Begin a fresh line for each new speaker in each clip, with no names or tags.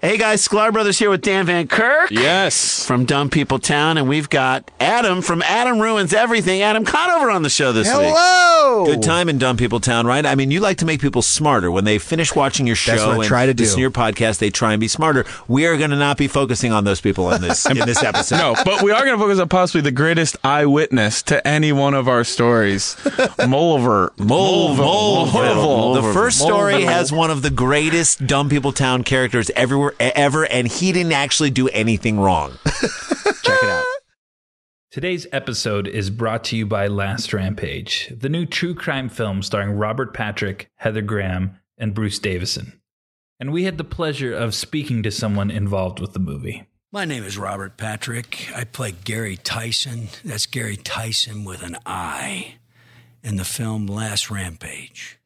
Hey guys, Sklar Brothers here with Dan Van Kirk
Yes.
from Dumb People Town, and we've got Adam from Adam Ruins Everything, Adam Conover on the show this week.
Hello.
Good time in Dumb People Town, right? I mean, you like to make people smarter. When they finish watching your show
That's what I
and
try to do.
listen to your podcast, they try and be smarter. We are going to not be focusing on those people in this in this episode.
No, but we are going to focus on possibly the greatest eyewitness to any one of our stories, Mulver.
Mulville.
Mulville.
The first story has one of the greatest Dumb People Town characters everywhere e-, ever, and he didn't actually do anything wrong. Check it out.
Today's episode is brought to you by Last Rampage, the new true crime film starring Robert Patrick, Heather Graham, and Bruce Davison. And we had the pleasure of speaking to someone involved with the movie.
My name is Robert Patrick. I play Gary Tyson. That's Gary Tyson with an I in the film Last Rampage.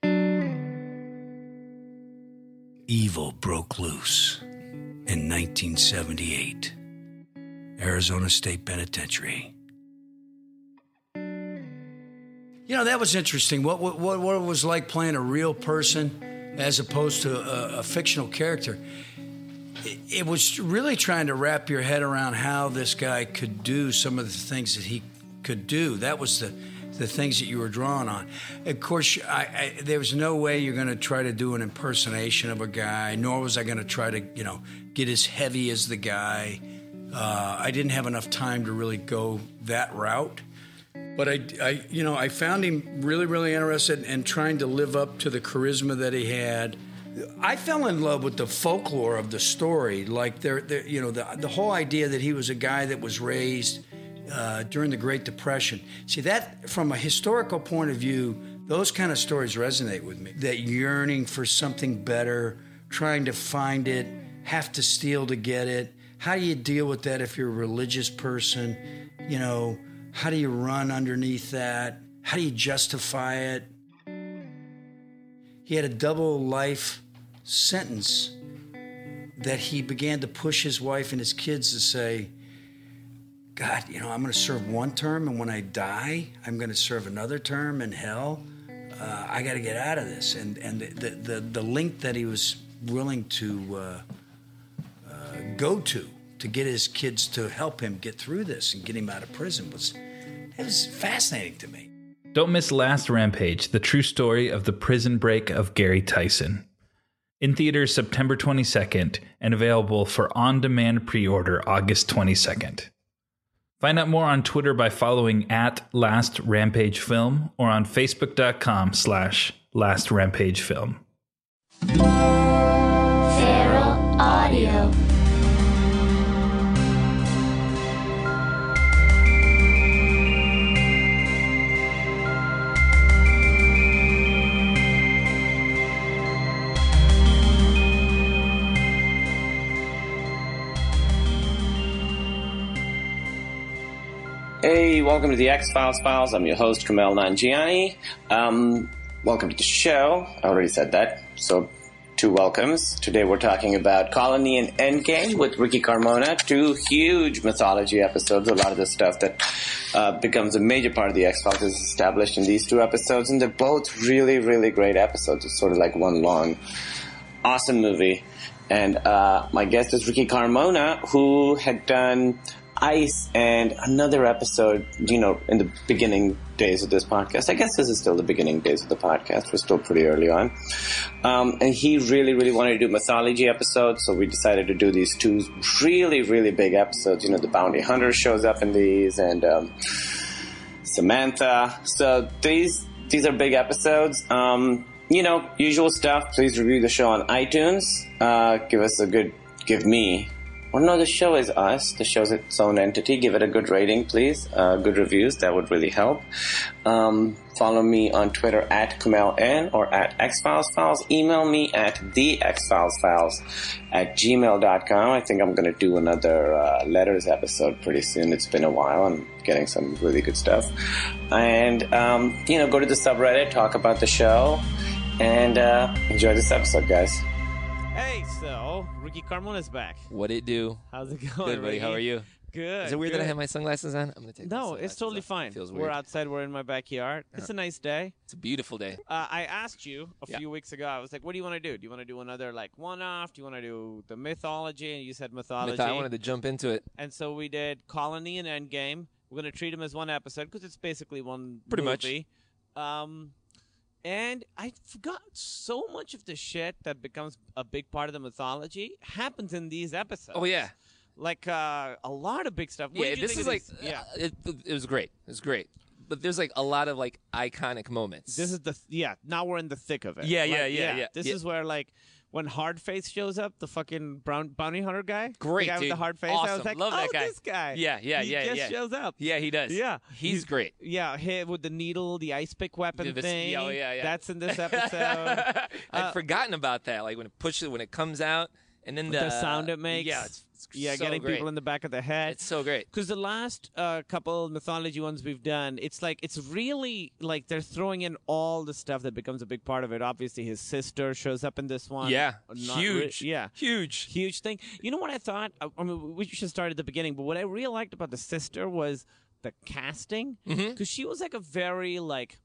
Evil broke loose in 1978, Arizona State Penitentiary. You know, that was interesting. What, what, what what it was like playing a real person as opposed to a, a fictional character it was really trying to wrap your head around how this guy could do some of the things that he could do. That was the the things that you were drawing on. Of course, I, I, there was no way you're going to try to do an impersonation of a guy, nor was I going to try to you know get as heavy as the guy. Uh, I didn't have enough time to really go that route. But I, I, you know, I found him really, really interested in trying to live up to the charisma that he had. I fell in love with the folklore of the story, like there, there you know, the the whole idea that he was a guy that was raised uh, during the Great Depression. See that from a historical point of view, those kind of stories resonate with me. That yearning for something better, trying to find it, have to steal to get it. How do you deal with that if you're a religious person? You know, how do you run underneath that? How do you justify it? He had a double life sentence that he began to push his wife and his kids to say, God, you know, I'm going to serve one term, and when I die, I'm going to serve another term in hell. Uh, I got to get out of this. And and the the, the link that he was willing to uh, uh, go to to get his kids to help him get through this and get him out of prison was it was fascinating to me.
Don't miss Last Rampage, the true story of the prison break of Gary Tyson. In theaters September 22nd and available for on demand pre order August 22nd. Find out more on Twitter by following at Last Rampage Film or on Facebook.com slash Last Rampage Film.
Feral Audio.
Hey, welcome to the X Files Files. I'm your host, Kamel Nanjiani. Um, welcome to the show. I already said that, so two welcomes. Today we're talking about Colony and Endgame with Ricky Carmona. Two huge mythology episodes. A lot of the stuff that uh, becomes a major part of the X Files is established in these two episodes, and they're both really, really great episodes. It's sort of like one long awesome movie. And uh, my guest is Ricky Carmona, who had done Ice and another episode, you know, in the beginning days of this podcast. I guess this is still the beginning days of the podcast. We're still pretty early on. Um, and he really, really wanted to do mythology episodes, so we decided to do these two really, really big episodes. You know, the Bounty Hunter shows up in these, and. Um, Samantha. So these these are big episodes. Um, you know, usual stuff. Please review the show on iTunes. Uh, give us a good give me. Well, no, the show is us. The show's its own entity. Give it a good rating, please. Uh, good reviews. That would really help. Um, follow me on Twitter at Kamel N or at XFiles Files. Email me at the Files at gmail.com. I think I'm going to do another uh, letters episode pretty soon. It's been a while. I'm getting some really good stuff. And, um, you know, go to the subreddit, talk about the show, and uh, enjoy this episode, guys.
Hey, so Ricky Carmona's back.
What it do?
How's it going?
Good, buddy. How
Ricky?
are you?
Good.
Is it weird that I
good.
have my sunglasses on? I'm gonna take. my
No,
sunglasses
it's totally
off.
fine.
Feels
We're
weird.
outside. We're in my backyard. It's a nice day.
It's a beautiful day.
Uh, I asked you a
Yeah.
few weeks ago. I was like, "What do you want to do? Do you want to do another like one-off? Do you want to do the mythology?" And you said
I
mythology.
thought I wanted to jump into it.
and so we did Colony and Endgame. We're going to treat them as one episode because it's basically one
Pretty much.
movie. Um, and I forgot so much of the shit that becomes a big part of the mythology happens in these episodes.
Oh yeah,
like uh, a lot of big stuff. What
yeah.
did you
This
think
is like.
of
uh,
these?
Yeah. It, it was great. It was great. But there's like a lot of like iconic moments.
This is the th- yeah. Now we're in the thick of it.
Yeah, yeah,
Like,
yeah, yeah.
This
Yeah.
is where like when Hardface shows up, the fucking brown bounty hunter guy,
Great,
the guy
dude.
with the hard face. I was
Awesome.
like,
Love
oh,
that guy.
this guy.
Yeah, yeah,
he
yeah,
Just
yeah.
shows up.
Yeah, he does.
Yeah,
he's great.
Yeah, hit with the needle, the ice pick weapon
Yeah, this-
thing.
yeah, oh, yeah, yeah.
That's in this episode. uh,
I'd forgotten about that. Like when it pushes, when it comes out, and then the,
the sound it makes.
Yeah, it's, it's
yeah,
so
getting
great.
people in the back of the head.
It's so great.
Because the last uh, couple mythology ones we've done, it's like it's really like they're throwing in all the stuff that becomes a big part of it. Obviously, his sister shows up in this one.
Yeah,
Not
huge.
re- yeah,
huge.
huge thing. You know what I thought? I, I mean, we should start at the beginning. But what I really liked about the sister was the casting because
Mm-hmm.
she was like a very like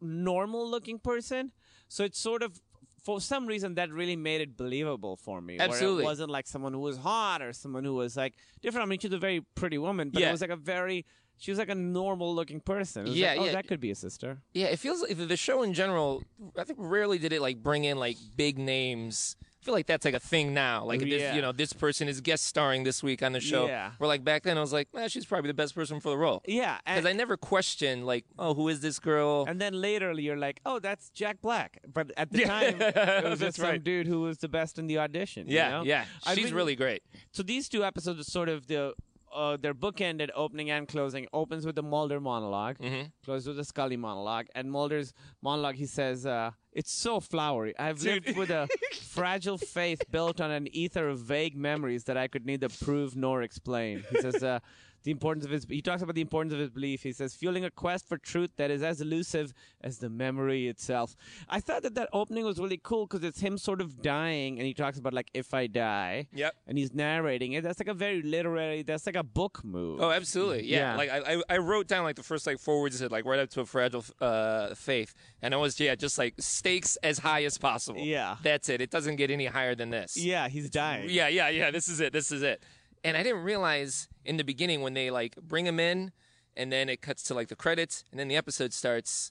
normal looking person. So it's sort of for some reason that really made it believable for me. where
Absolutely.
it wasn't like someone who was hot or someone who was like different. I mean, she's a very pretty woman, but
Yeah.
it was like a very she was like a normal looking person. It was
Yeah,
like, oh,
yeah.
that could be a sister.
Yeah, it feels like the show in general. I think rarely did it like bring in like big names. I feel like that's like a thing now. Like
Yeah.
this, you know, this person is guest starring this week on the show.
Yeah.
Where like back then, I was like, man, she's probably the best person for the role.
Yeah,
because
and-
I never questioned like, oh, who is this girl?
And then later you're like, oh, that's Jack Black. But at the time, it was just some
right.
dude who was the best in the audition. you
yeah,
know?
yeah,
I
she's
think-
really great.
So these two episodes are sort of the. Uh, they're bookended, opening and closing. Opens with the Mulder monolog closes with the Scully monologue. And Mulder's monologue, he says, uh, "It's so flowery. I've lived with a fragile faith built on an ether of vague memories that I could neither prove nor explain." He says, uh, "The importance of his." He talks about the importance of his belief. He says, "Fueling a quest for truth that is as elusive as the memory itself." I thought that that opening was really cool because it's him sort of dying, and he talks about like, "If I die."
Yep.
and he's narrating it. That's like a very literary. That's like a book move.
Oh, absolutely. Yeah.
Yeah.
Like I, I, I wrote down like the first like four words it said like right up to a fragile uh, faith, and I was yeah just like stakes as high as possible.
Yeah.
That's it. It doesn't get any higher than this.
yeah, he's dying.
Yeah, yeah, yeah. This is it. This is it. And I didn't realize in the beginning when they like bring him in, and then it cuts to like the credits, and then the episode starts.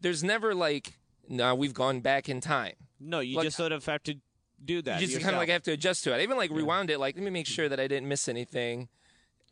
There's never like, no, we've gone back in time.
No, you
Like-
just sort of have to do that.
You just kind of like have to adjust to it. I even like rewound it, like let me make sure that I didn't miss anything.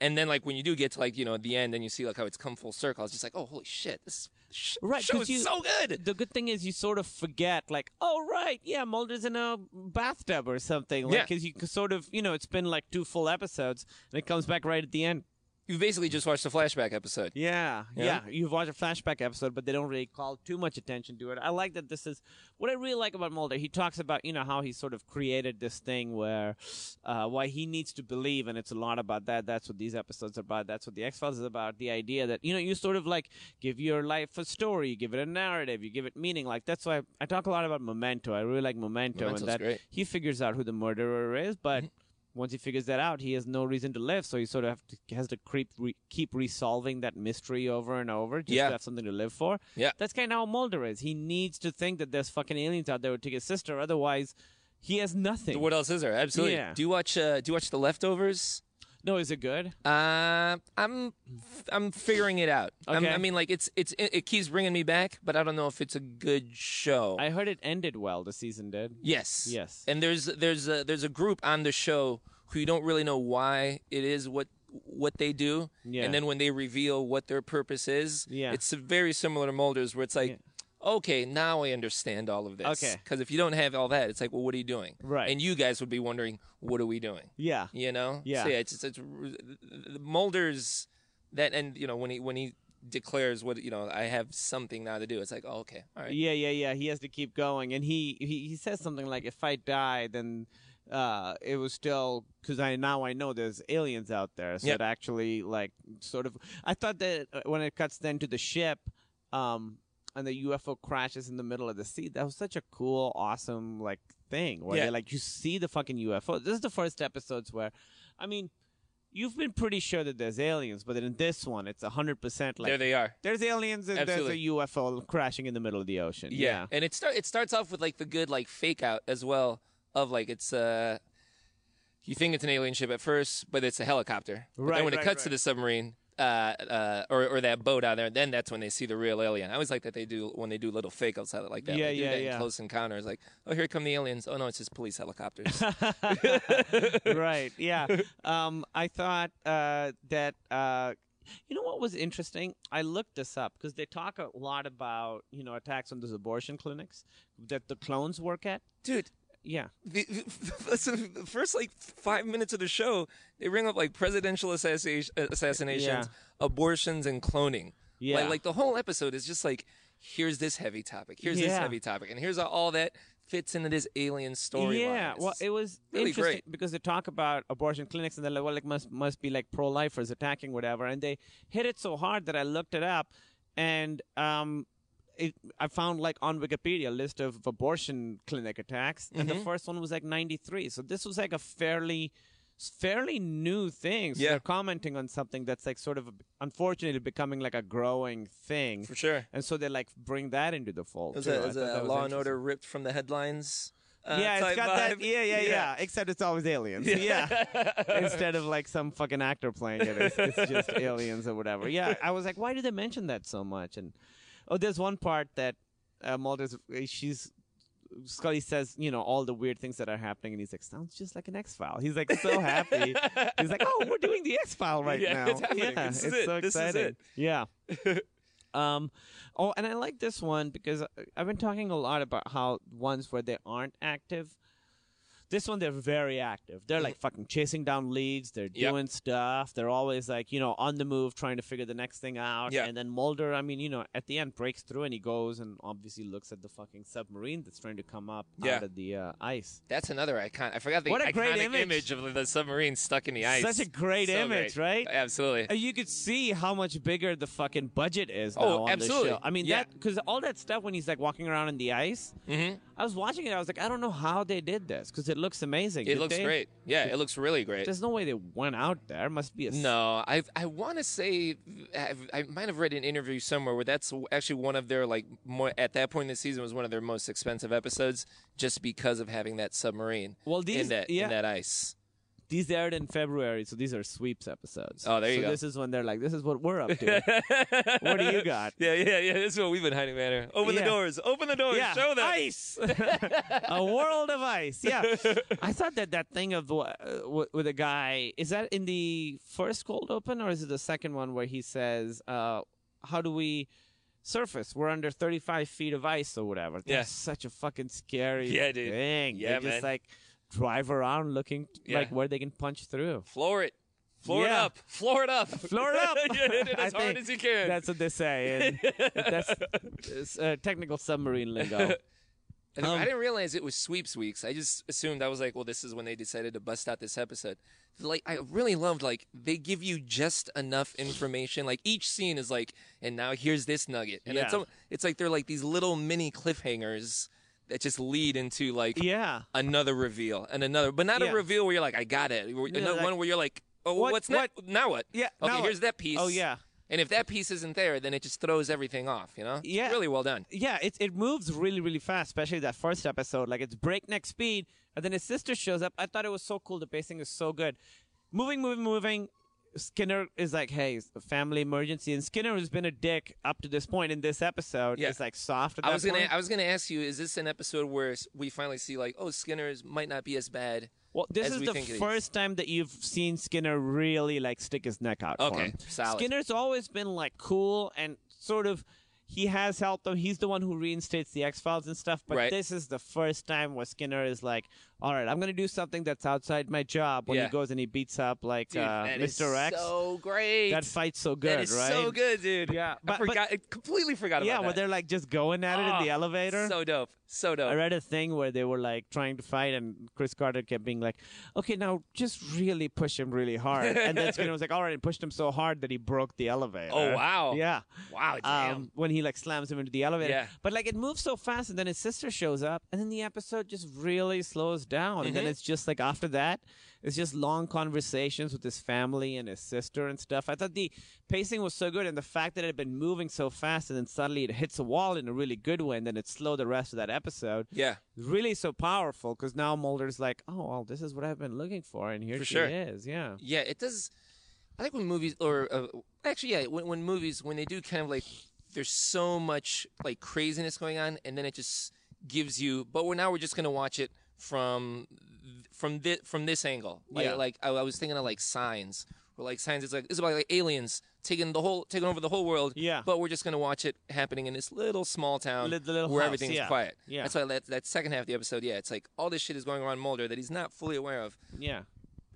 And then like when you do get to like you know the end, and you see like how it's come full circle. I was just like, oh holy shit, this sh-
Right,
show
'cause
is
you-
so good.
The good thing is you sort of forget, like, oh right, yeah, Mulder's in a bathtub or something, like,
Yeah.
because you c- sort of, you know, it's been like two full episodes, and it comes back right at the end.
You basically just watched the flashback episode.
Yeah, yeah, You've watched a flashback episode, but they don't really call too much attention to it. I like that this is what I really like about Mulder. He talks about you know how he sort of created this thing where uh, why he needs to believe, and it's a lot about that. That's what these episodes are about. That's what the X Files is about. The idea that you know you sort of like give your life a story, you give it a narrative, you give it meaning. Like that's why I, I talk a lot about Memento. I really like Memento,
Memento's
and that
great. Mm-hmm.
he figures out who the murderer is, but once he figures that out, he has no reason to live. So he sort of have to, has to creep, re, keep resolving that mystery over and over just
Yeah.
to have something to live for.
Yeah.
that's kind of how Mulder is. He needs to think that there's fucking aliens out there who take his sister. Otherwise, he has nothing.
What else is there? Absolutely.
Yeah.
Do you watch uh, Do you watch the leftovers?
no, is it good?
Uh, I'm I'm figuring it out. I'm,
Okay.
I mean, like it's it's it, it keeps bringing me back, but I don't know if it's a good show.
I heard it ended well. The season did.
yes,
Yes.
And there's there's a there's a group on the show who you don't really know why it is what what they do,
Yeah.
and then when they reveal what their purpose is,
Yeah.
it's very similar to Mulder's, where it's like. Okay, now I understand all of this.
Okay.
Because if you don't have all that, it's like, well, what are you doing?
Right.
And you guys would be wondering, what are we doing?
Yeah.
you know
Yeah.
so yeah it's, it's, it's Mulder's that and you know when he when he declares what you know I have something now to do it's like oh okay all right
Yeah, yeah, yeah. He has to keep going, and he he, he says something like, "If I die, then uh, it was still because I now I know there's aliens out there." So
Yep.
it actually like sort of. I thought that uh, when it cuts then to the ship, um, and the UFO crashes in the middle of the sea, that was such a cool, awesome like thing where
Yeah.
they like you see the fucking UFO. This is the first episodes where, I mean you've been pretty sure that there's aliens, but in this one, it's 100% like
there they are.
there's aliens and
Absolutely.
there's a UFO crashing in the middle of the ocean.
Yeah. And it start it starts off with like the good like fake out as well of like it's uh you think it's an alien ship at first, but it's a helicopter. But
Right,
then when
right,
it cuts
right.
to the submarine uh, uh, or, or that boat out there, then that's when they see the real alien. I always like that they do when they do little fake outside it like that.
Yeah,
They do
yeah,
that in
yeah.
Close encounters, like, oh, here come the aliens. Oh no, it's just police helicopters.
right. Yeah. Um, I thought uh, that uh, you know what was interesting. I looked this up because they talk a lot about you know attacks on those abortion clinics that the clones work at.
Dude,
Yeah.
the, listen, the first like five minutes of the show, they ring up like presidential assassi- assassinations, abortions, and cloning.
Yeah.
Like, like the whole episode is just like, here's this heavy topic, here's this
Yeah.
heavy topic, and here's how all that fits into this alien storyline.
Yeah,
It's
well, it was
really
interesting
great.
because they talk about abortion clinics and they're like, well, it must must be like pro-lifers attacking whatever, and they hit it so hard that I looked it up, and um, it I found like on Wikipedia a list of abortion clinic attacks, and
Mm-hmm.
the first one was like '93, so this was like a fairly fairly new thing. So
Yeah.
they're commenting on something that's like sort of unfortunately becoming like a growing thing.
for sure.
And so they like bring that into the fold.
It was
too.
a,
I
it was
thought
a
that was
Law and
interesting.
Order ripped from the headlines. Uh,
Yeah, it's
type
got that.
vibe.
Yeah, yeah, yeah, Except it's always aliens. Yeah. Instead of like some fucking actor playing it, it's, it's just aliens or whatever. Yeah. I was like, why do they mention that so much? And oh, there's one part that uh, Mulder's she's. Scully says, you know, all the weird things that are happening, and he's like, sounds just like an X File. He's like so happy. he's like, oh, we're doing the X File right
Yeah,
now.
it's happening.
yeah,
This is
it's
it.
so
This is it.
exciting. Yeah. Um, oh, and I like this one because I- I've been talking a lot about how ones where they aren't active. This one, they're very active. They're like fucking chasing down leads. They're
Yep.
doing stuff. They're always like, you know, on the move, trying to figure the next thing out.
Yeah.
And then Mulder, I mean, you know, at the end breaks through and he goes and obviously looks at the fucking submarine that's trying to come up
Yeah.
out of the uh, ice.
That's another icon. I forgot the
What a
iconic
great image.
of the submarine stuck in the ice.
Such a great
So
image, right?
Absolutely.
And Uh, you could see how much bigger the fucking budget is.
Oh,
now on
absolutely.
This show. I mean,
Yeah.
that because all that stuff when he's like walking around in the ice. Mm-hmm. I was watching it. I was like, I don't know how they did this because it looks amazing.
It
Did
looks
they-
great. Yeah, it looks really great.
There's no way they went out there. Must be a s-
No, I I want to say I've, I might have read an interview somewhere where that's actually one of their like more at that point in the season was one of their most expensive episodes just because of having that submarine.
Well,
in
these-
that
yeah.
in that ice.
These aired in February, so these are sweeps episodes.
Oh, there you
so
go.
This is when they're like, this is what we're up to. what do you got?
Yeah, yeah, yeah. That's what we've been hiding, man. Open
Yeah.
the doors. Open the doors.
Yeah,
Show them.
ice. a world of ice. Yeah, I thought that that thing of uh, w- with a guy is that in the first cold open or is it the second one where he says, uh, "How do we surface? We're under thirty-five feet of ice or whatever." That's
Yeah.
such a fucking scary
Yeah, dude.
thing.
Yeah,
they
man.
just like drive around looking
Yeah.
like where they can punch through.
Floor it. Floor
Yeah.
it up. Floor it up.
Floor it up.
yeah, hit it
I
as hard
think
as you can.
That's what they say. And that's it's, uh, technical submarine lingo.
And I didn't realize it was sweeps weeks. I just assumed I was like, well, this is when they decided to bust out this episode. Like, I really loved like they give you just enough information. Like each scene is like, and now here's this nugget, and it's
Yeah.
al- it's like they're like these little mini cliffhangers that just lead into like
Yeah.
another reveal and another, but not
Yeah.
a reveal where you're like, I got it. Where- another
like-
one where you're like, oh,
What-
what's next?
what-
Now what?
Yeah,
Okay,
now what?
here's that piece.
Oh, yeah.
And if that piece isn't there, then it just throws everything off. You know? It's
Yeah.
really well done.
yeah, it it moves really really fast, especially that first episode. Like it's breakneck speed, and then his sister shows up. I thought it was so cool. The pacing is so good. Moving, moving, moving. Skinner is like, "Hey, it's a family emergency," and Skinner has been a dick up to this point in this episode.
Yeah.
is like soft. At
I
that
was gonna
point.
I was gonna ask you, is this an episode where s- we finally see like, oh, Skinner's might not be as bad?
Well, this
as
is
we
the
think it
first time that you've seen Skinner really like stick his neck out. for
Okay,
him.
solid.
Skinner's always been like cool and sort of. He has helped them. He's the one who reinstates the X Files and stuff. But
Right.
this is the first time where Skinner is like, "All right, I'm going to do something that's outside my job." When
Yeah.
he goes and he beats up like
Dude,
uh,
that is
Mr. X.
so great.
that fight's so good,
that is
right?
so good, dude.
Yeah,
I
but- but-
forgot. I completely forgot
Yeah,
about
where
that.
they're like just going at it in the
Oh,
elevator.
So dope. So dope.
I read a thing where they were like trying to fight, and Chris Carter kept being like, "Okay, now just really push him really hard." And then Skinner was like, "All right," and pushed him so hard that he broke the elevator.
Oh wow.
Yeah.
Wow. Damn.
Um, when he like slams him into the elevator.
Yeah.
But like it moves so fast, and then his sister shows up, and then the episode just really slows down. And
Mm-hmm.
then it's just like after that, it's just long conversations with his family and his sister and stuff. I thought the pacing was so good, and the fact that it had been moving so fast, and then suddenly it hits a wall in a really good way, and then it slowed the rest of that episode
yeah.
really so powerful because now Mulder's like, oh, well, this is what I've been looking for, and here
For
she
sure.
is. Yeah.
Yeah, it does. I like when movies, or uh, actually, yeah, when, when movies, when they do kind of like, there's so much like craziness going on, and then it just gives you. But we're now we're just gonna watch it from th- from this from this angle. Like,
Yeah.
like I, I was thinking of like Signs, where like Signs is like this is about like aliens taking the whole taking over the whole world.
Yeah.
But we're just gonna watch it happening in this little small town
Li- the little
where
house,
everything's
yeah.
quiet.
Yeah.
That's why that that second half of the episode, yeah, it's like all this shit is going on in Mulder that he's not fully aware of
Yeah.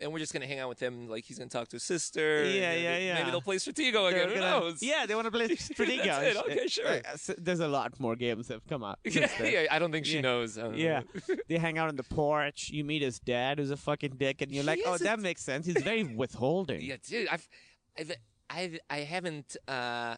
and we're just gonna hang out with him. Like he's gonna talk to his sister. and
Yeah,
maybe-
yeah, yeah.
Maybe they'll play Stratego again.
They're
Who
gonna-
knows?
Yeah, they want to play Stratego.
That's it. Okay, sure.
Uh, s- There's a lot more games that have come out.
Yeah,
since then.
yeah, I don't think she
Yeah.
knows. I don't know.
Yeah. they hang out on the porch. You meet his dad, who's a fucking dick, and you're
He
like, oh,
is a-
that makes sense. He's very withholding.
yeah, dude. I've, I've, I've, I haven't. Uh,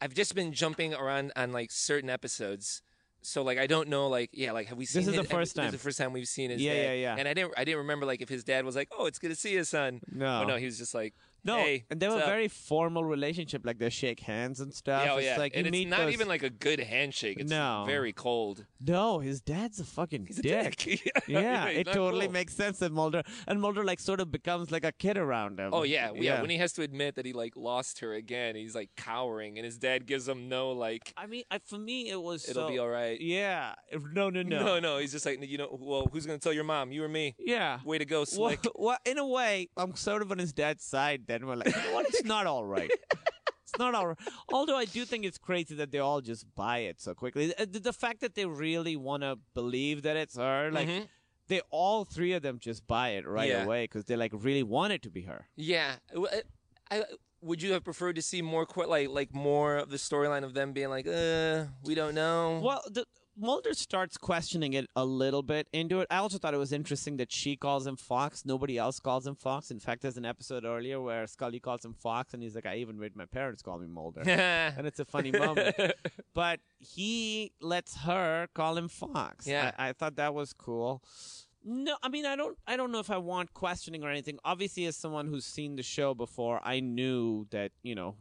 I've just been jumping around on like certain episodes. So like I don't know like yeah like have we seen
is
his-
the
have-
first
This
time.
is the first time we've seen his
Yeah,
dad.
yeah, yeah.
and I didn't I didn't remember like if his dad was like oh it's good to see you son
No.
oh, no he was just like
No,
hey,
and they have
what's
a
up?"
very formal relationship. Like they shake hands and stuff.
yeah, oh,
It's
yeah.
like you
and
meet
it's not
those-
even like a good handshake it's
No.
very cold
No, his dad's a fucking
He's a
dick. Yeah,
he's
it
not
totally
cool.
makes sense that Mulder and Mulder like sort of becomes like a kid around him.
Oh yeah, yeah, When he has to admit that he like lost her again, he's like cowering, and his dad gives him no like
I mean, I, for me, it was
it'll
so-
be all right.
Yeah, no, no, no,
no, He's just like you know, well, who's gonna tell your mom? You or me?
Yeah.
Way to go,
Well,
slick.
well, in a way, I'm sort of on his dad's side. Then we're like, you know what? It's not all right. It's not all right. Although I do think it's crazy that they all just buy it so quickly. Uh, The, the fact that they really want to believe that it's her, like. They all three of them just buy it right
Mm-hmm. Yeah.
away because they like really want it to be her.
Yeah. W- uh, I, I- would you have preferred to see more qu- like like more of the storyline of them being like, uh, we don't know.
Well, the, Mulder starts questioning it a little bit into it. I also thought it was interesting that she calls him Fox. Nobody else calls him Fox. In fact, there's an episode earlier where Scully calls him Fox, and he's like, "I even made my parents call me Mulder," and it's a funny moment. But he lets her call him Fox.
Yeah.
I, I thought that was cool. No, I mean I don't I don't know if I want questioning or anything. Obviously as someone who's seen the show before, I knew that, you know,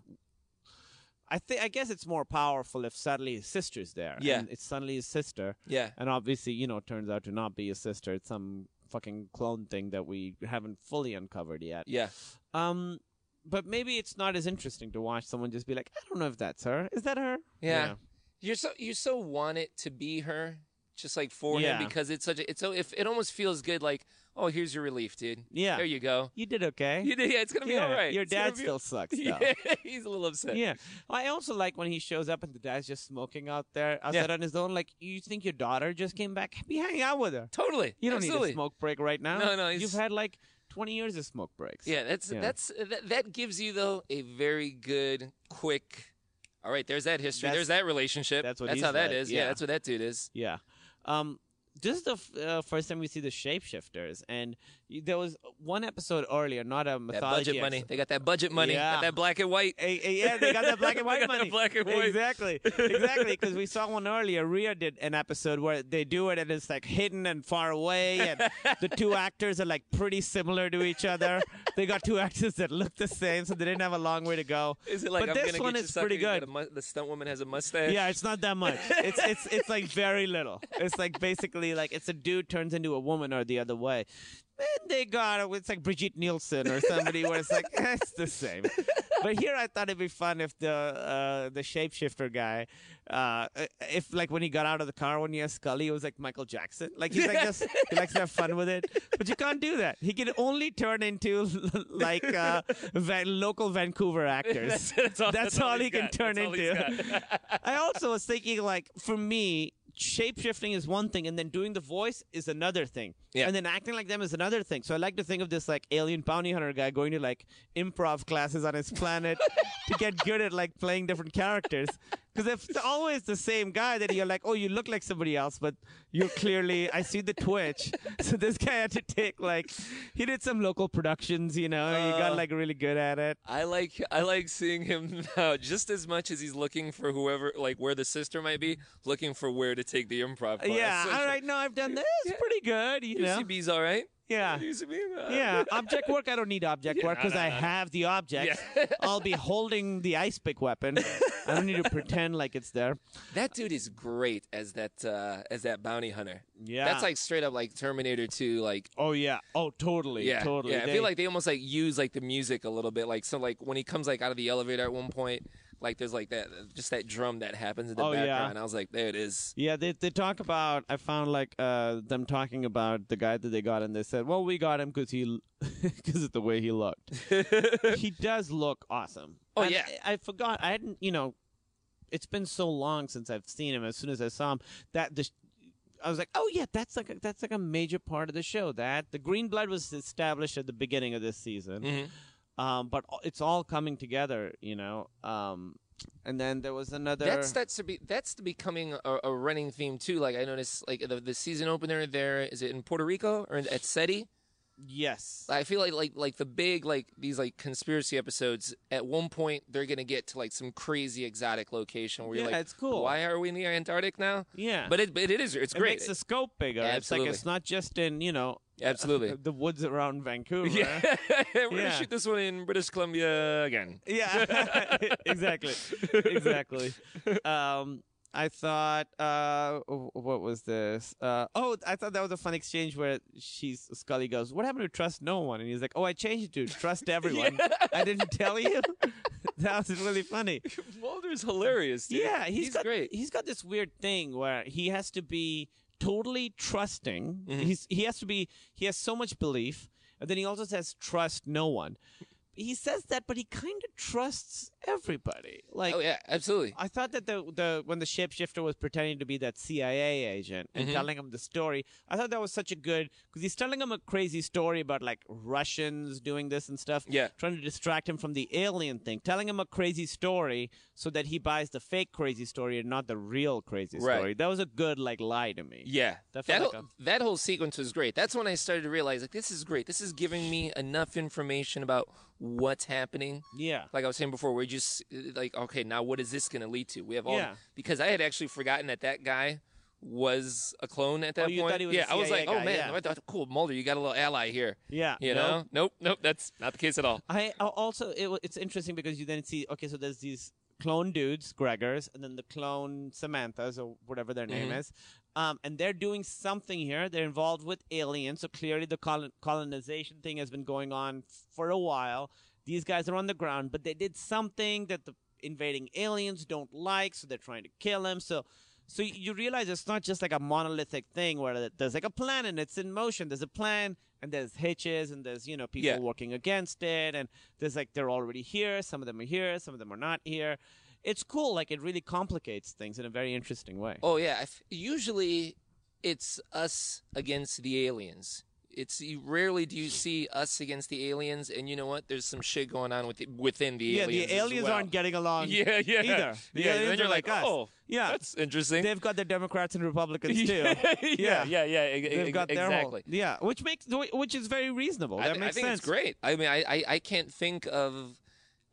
I think I guess it's more powerful if suddenly his sister's there.
Yeah.
And it's suddenly his sister.
Yeah.
And obviously, you know, it turns out to not be his sister. It's some fucking clone thing that we haven't fully uncovered yet.
Yeah.
Um but maybe it's not as interesting to watch someone just be like, I don't know if that's her. Is that her?
Yeah. You're so you so want it to be her, just like for
Yeah.
him because it's such a it's so if it almost feels good like oh here's your relief, dude.
Yeah.
There you go.
You did okay.
You did, yeah, it's gonna be all
Eh, Yeah,
right.
Your
It's gonna
dad
be-
still sucks, though.
Yeah, he's a little upset.
Yeah. I also like when he shows up and the dad's just smoking out there outside
Yeah.
on his own. Like, you think your daughter just came back? Be hanging out with her.
totally.
You don't
Absolutely.
need a smoke break right now.
No, no, he's-
You've had like 20 years of smoke breaks.
Yeah, that's
Yeah.
that's uh, that, that gives you though a very good quick. All right, there's that history. there's
That's-
that relationship.
that's what
that's
he's
how that
like,
is.
yeah.
that's what that dude is.
Yeah. Um, this is the f- uh, first time we see the shapeshifters. And y- there was one episode earlier, not a
That
mythology.
budget money.
episode.
They got that budget money. Got
Yeah.
that black and white.
Eh, eh, yeah, they got that black and
They
white
got that
money.
black and white.
Exactly, exactly. Because we saw one earlier. Rhea did an episode where they do it, and it's like hidden and far away, and the two actors are like pretty similar to each other. They got two actors that look the same, so they didn't have a long way to go.
Is it like
but
I'm
this
gonna
one
get you
is
sucker,
pretty
you got a
good.
mu- the stunt woman has a mustache.
Yeah, it's not that much. It's it's it's like very little. It's like basically like it's a dude turns into a woman or the other way. And they got it. It's like Brigitte Nielsen or somebody where it's like eh, it's the same. But here I thought it'd be fun if the uh, the shapeshifter guy, uh, if like when he got out of the car when he has Scully, it was like Michael Jackson. Like he's like just he likes to have fun with it, but you can't do that. He can only turn into like uh, van- local Vancouver actors.
That's- that's all- that's all
he
he's
can
got.
turn
That's all he's
into.
got.
I also was thinking, like, for me, shape shifting is one thing, and then doing the voice is another thing.
Yeah.
And then acting like them is another thing. So I like to think of this, like, alien bounty hunter guy going to, like, improv classes on his planet to get good at, like, playing different characters. Because if it's always the same guy, then you're like, oh, you look like somebody else, but you're clearly, I see the twitch. So this guy had to take, like, he did some local productions, you know, he got, like, really good at it.
I like I like seeing him now just as much as he's looking for whoever like where the sister might be, looking for where to take the improv class.
yeah, all right, no, I've done this pretty good, you know.
UCB's all right.
Yeah.
UCB. uh,
Yeah, object work. I don't need object work because I have the objects. I'll be holding the ice pick weapon. I don't need to pretend like it's there.
That dude is great as that uh as that bounty hunter.
Yeah.
That's like straight up like Terminator 2 like
Oh yeah. Oh totally.
yeah,
Totally.
yeah. I
They-
feel like they almost like use like the music a little bit, like so like when he comes like out of the elevator at one point, like there's like that just that drum that happens in the
Oh, yeah.
background. I was like, there it is.
Yeah, they they talk about. I found like uh, them talking about the guy that they got, and they said, "Well, we got him because he because of the way he looked.
Mm-hmm.
he does look awesome.
Oh,
And
yeah.
I, I forgot. I hadn't. You know, it's been so long since I've seen him. As soon as I saw him, that the I was like, oh yeah, that's like a, that's like a major part of the show. That the green blood was established at the beginning of this season,
Mm.
um, but it's all coming together. You know, um, and then there was another.
That's that's to be that's to becoming a, a running theme too. Like I noticed, like the, the season opener there is it in Puerto Rico or in, at SETI.
yes.
I feel like like like the big like these like conspiracy episodes. At one point, they're gonna get to like some crazy exotic location where you're
Yeah,
like,
it's cool.
Why are we in the Antarctic now?
Yeah.
but it but it is it's
It
great.
makes the scope bigger.
Absolutely.
It's like it's not just in you know
Absolutely.
the woods around Vancouver.
yeah, we're gonna
Yeah.
shoot this one in British Columbia again.
Yeah, exactly, exactly. Um, I thought, uh, wh- what was this? Uh, oh, I thought that was a fun exchange where she's Scully goes, "What happened to trust no one?" And he's like, "Oh, I changed it to trust everyone. I didn't tell you." that was really funny.
Mulder's hilarious. Dude.
Yeah,
he's,
got,
great.
He's got this weird thing where he has to be totally trusting.
Mm-hmm.
He's he has to be he has so much belief, and then he also says trust no one. He says that, but he kind of trusts everybody. Like
oh yeah, absolutely.
I thought that the the when the shapeshifter was pretending to be that CIA agent and
Mm-hmm.
telling him the story, I thought that was such a good because he's telling him a crazy story about like Russians doing this and stuff.
Yeah.
trying to distract him from the alien thing, telling him a crazy story so that he buys the fake crazy story and not the real crazy
Right.
story. That was a good like lie to me.
Yeah, that,
That
whole,
felt like
that whole sequence was great. That's when I started to realize, like, this is great. This is giving me enough information about what's happening.
Yeah.
Like I was saying before, we're just uh, like, okay, now what is this going to lead to? We have all
Yeah.
because I had actually forgotten that that guy was a clone at that
Oh, you
point.
thought he was a
yeah, Uh, I was
CIA
like,
guy,
oh man,
yeah.
I thought, cool, Mulder, you got a little ally here.
Yeah,
you know,
no.
nope, nope, that's not the case at all.
I I also it, wa- it's interesting because you then see okay, so there's these clone dudes, Gregors, and then the clone Samanthas or whatever their name is, um, and they're doing something here. They're involved with aliens, so clearly the colon- colonization thing has been going on for a while. These guys are on the ground, but they did something that the invading aliens don't like, so they're trying to kill him. So. So y- you realize it's not just like a monolithic thing where there's like a plan and it's in motion. There's a plan and there's hitches and there's you know people
Yeah.
working against it and there's like they're already here. Some of them are here. Some of them are not here. It's cool. Like it really complicates things in a very interesting way.
Oh yeah, I f- usually it's us against the aliens. It's you rarely do you see us against the aliens, and you know what? There's some shit going on with within the
yeah,
aliens.
the
as
aliens
well.
aren't getting along.
Yeah, yeah,
Either. The
yeah,
aliens
and you're
are
like,
like us.
oh,
Yeah.
that's interesting.
They've got their Democrats and Republicans too.
yeah, yeah, yeah. e-
They've
e-
got their whole-
exactly.
yeah, which makes which is very reasonable.
I,
that
th- I
makes
think
sense.
it's great. I mean, I, I, I can't think of,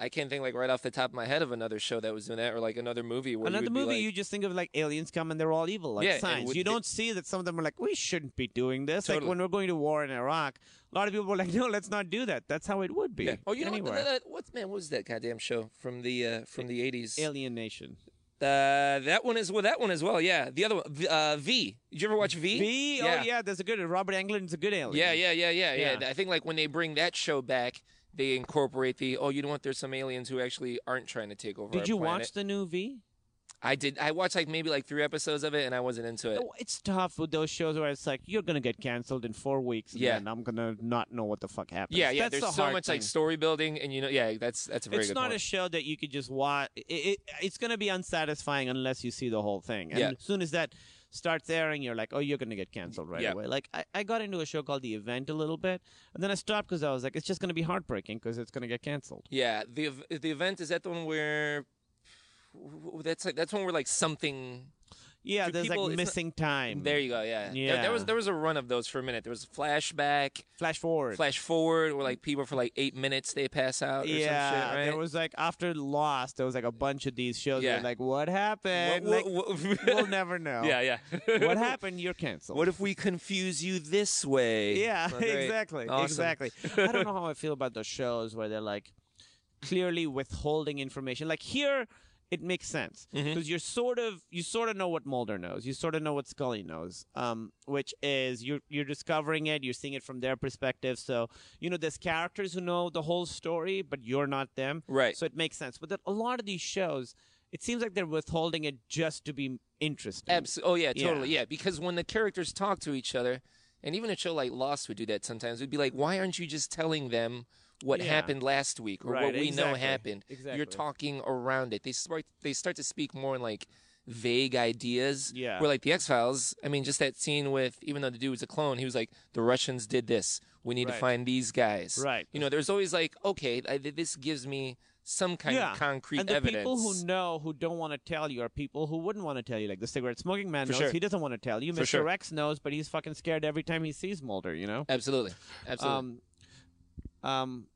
I can't think like right off the top of my head of another show that was doing that, or like another movie. Where you
Another
would be
movie,
like-
you just think of like aliens come and they're all evil, like
Yeah, and
signs.
with
You
the-
don't see that some of them are like, we shouldn't be doing this. Like
Totally.
when we're going to war in Iraq, a lot of people were like, no, let's not do that. That's how it would be.
Yeah. Oh, you know what,
anywhere.
that- that- what? Man, what was that goddamn show from the uh, from the eighties? Uh,
Alien Nation.
that one is well. That one as well. Yeah. The other one, V- uh, V. Did you ever watch V?
B, oh yeah, there's a good Robert Englund's a good alien.
Yeah, yeah, yeah, yeah, yeah,
Yeah.
I think like when they bring that show back, they incorporate the oh, you know what? There's some aliens who actually aren't trying to take over.
Did
our
you
planet.
watch the new V?
I did. I watched like maybe like three episodes of it, and I wasn't into it.
Oh, it's tough with those shows where it's like you're gonna get canceled in four weeks. And
Yeah.
then I'm gonna not know what the fuck happened.
yeah, yeah.
That's
there's
the
so
hard
much like
thing.
story building, and you know, yeah, that's that's a very
it's
good
not
point.
a show that you could just watch. It, it, it's going to be unsatisfying unless you see the whole thing. And
Yeah.
as soon as that starts airing, you're like, oh, you're going to get canceled right
Yeah.
away. Like, I, I got into a show called The Event a little bit, and then I stopped because I was like, it's just going to be heartbreaking because it's going to get canceled.
yeah, the ev- the event is that the one where w- w- that's like that's when we're like something.
Yeah,
Do
there's
people-
like
it's not-
missing time.
There you go. Yeah. There- There,
Yeah.
was there was a run of those for a minute. There was flashback,
flash forward.
flash forward, where like people for like eight minutes they pass out. Or
yeah,
Some shit, right?
there was like after Lost, there was like a bunch of these shows. Yeah.
Yeah.
like what happened?
What-
Like,
what- what-
we'll never know.
yeah, yeah.
what happened? You're canceled.
What if we confuse you this way?
Yeah,
Oh, great.
exactly,
Awesome.
exactly. I don't know how I feel about those shows where they're like clearly withholding information. Like here, it makes sense because
Mm-hmm.
you're sort of you sort of know what Mulder knows, you sort of know what Scully knows, um, which is you're you're discovering it, you're seeing it from their perspective. So you know there's characters who know the whole story, but you're not them,
Right.
So it makes sense. But that a lot of these shows, it seems like they're withholding it just to be interesting.
Absolutely. Oh yeah,
Yeah.
totally. Yeah. because when the characters talk to each other, and even a show like Lost would do that sometimes. We'd be like, "Why aren't you just telling them what
Yeah.
happened last week or
Right,
what we know
exactly.
happened?"
Exactly.
You're talking around it. They start they start to speak more in like vague ideas.
Yeah.
Where like the X Files, I mean, just that scene with even though the dude was a clone, he was like, "The Russians did this. We need to
Right.
find these guys."
Right.
You know, there's always like, okay, I, th- this gives me some kind of concrete
and the
evidence.
people who know who don't want to tell you are people who wouldn't want to tell you. Like the cigarette smoking man
For
knows
sure.
he doesn't want to tell you.
For
Mr.
sure.
Rex knows, but he's fucking scared every time he sees Mulder. You know.
Absolutely. Absolutely.
Um, um,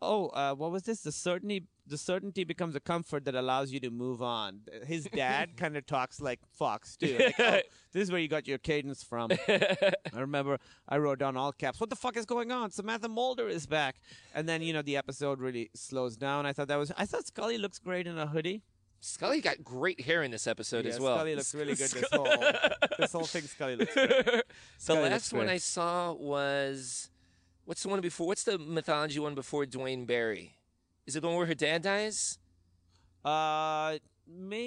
oh, uh, what was this? The certainty, the certainty becomes a comfort that allows you to move on. His dad kind of talks like Fox too. Like, oh, this is where you got your cadence from. I remember I wrote down all caps. What the fuck is going on? Samantha Mulder is back, and then you know the episode really slows down. I thought that was. I thought Scully looks great in a hoodie.
Scully got great hair in this episode
Yeah,
as well.
Scully looks really good. This whole this whole thing, Scully looks. Great.
the
looks
last one
great.
I saw was what's the one before? What's the mythology one before Dwayne Barry? Is it the one where her dad dies?
Uh,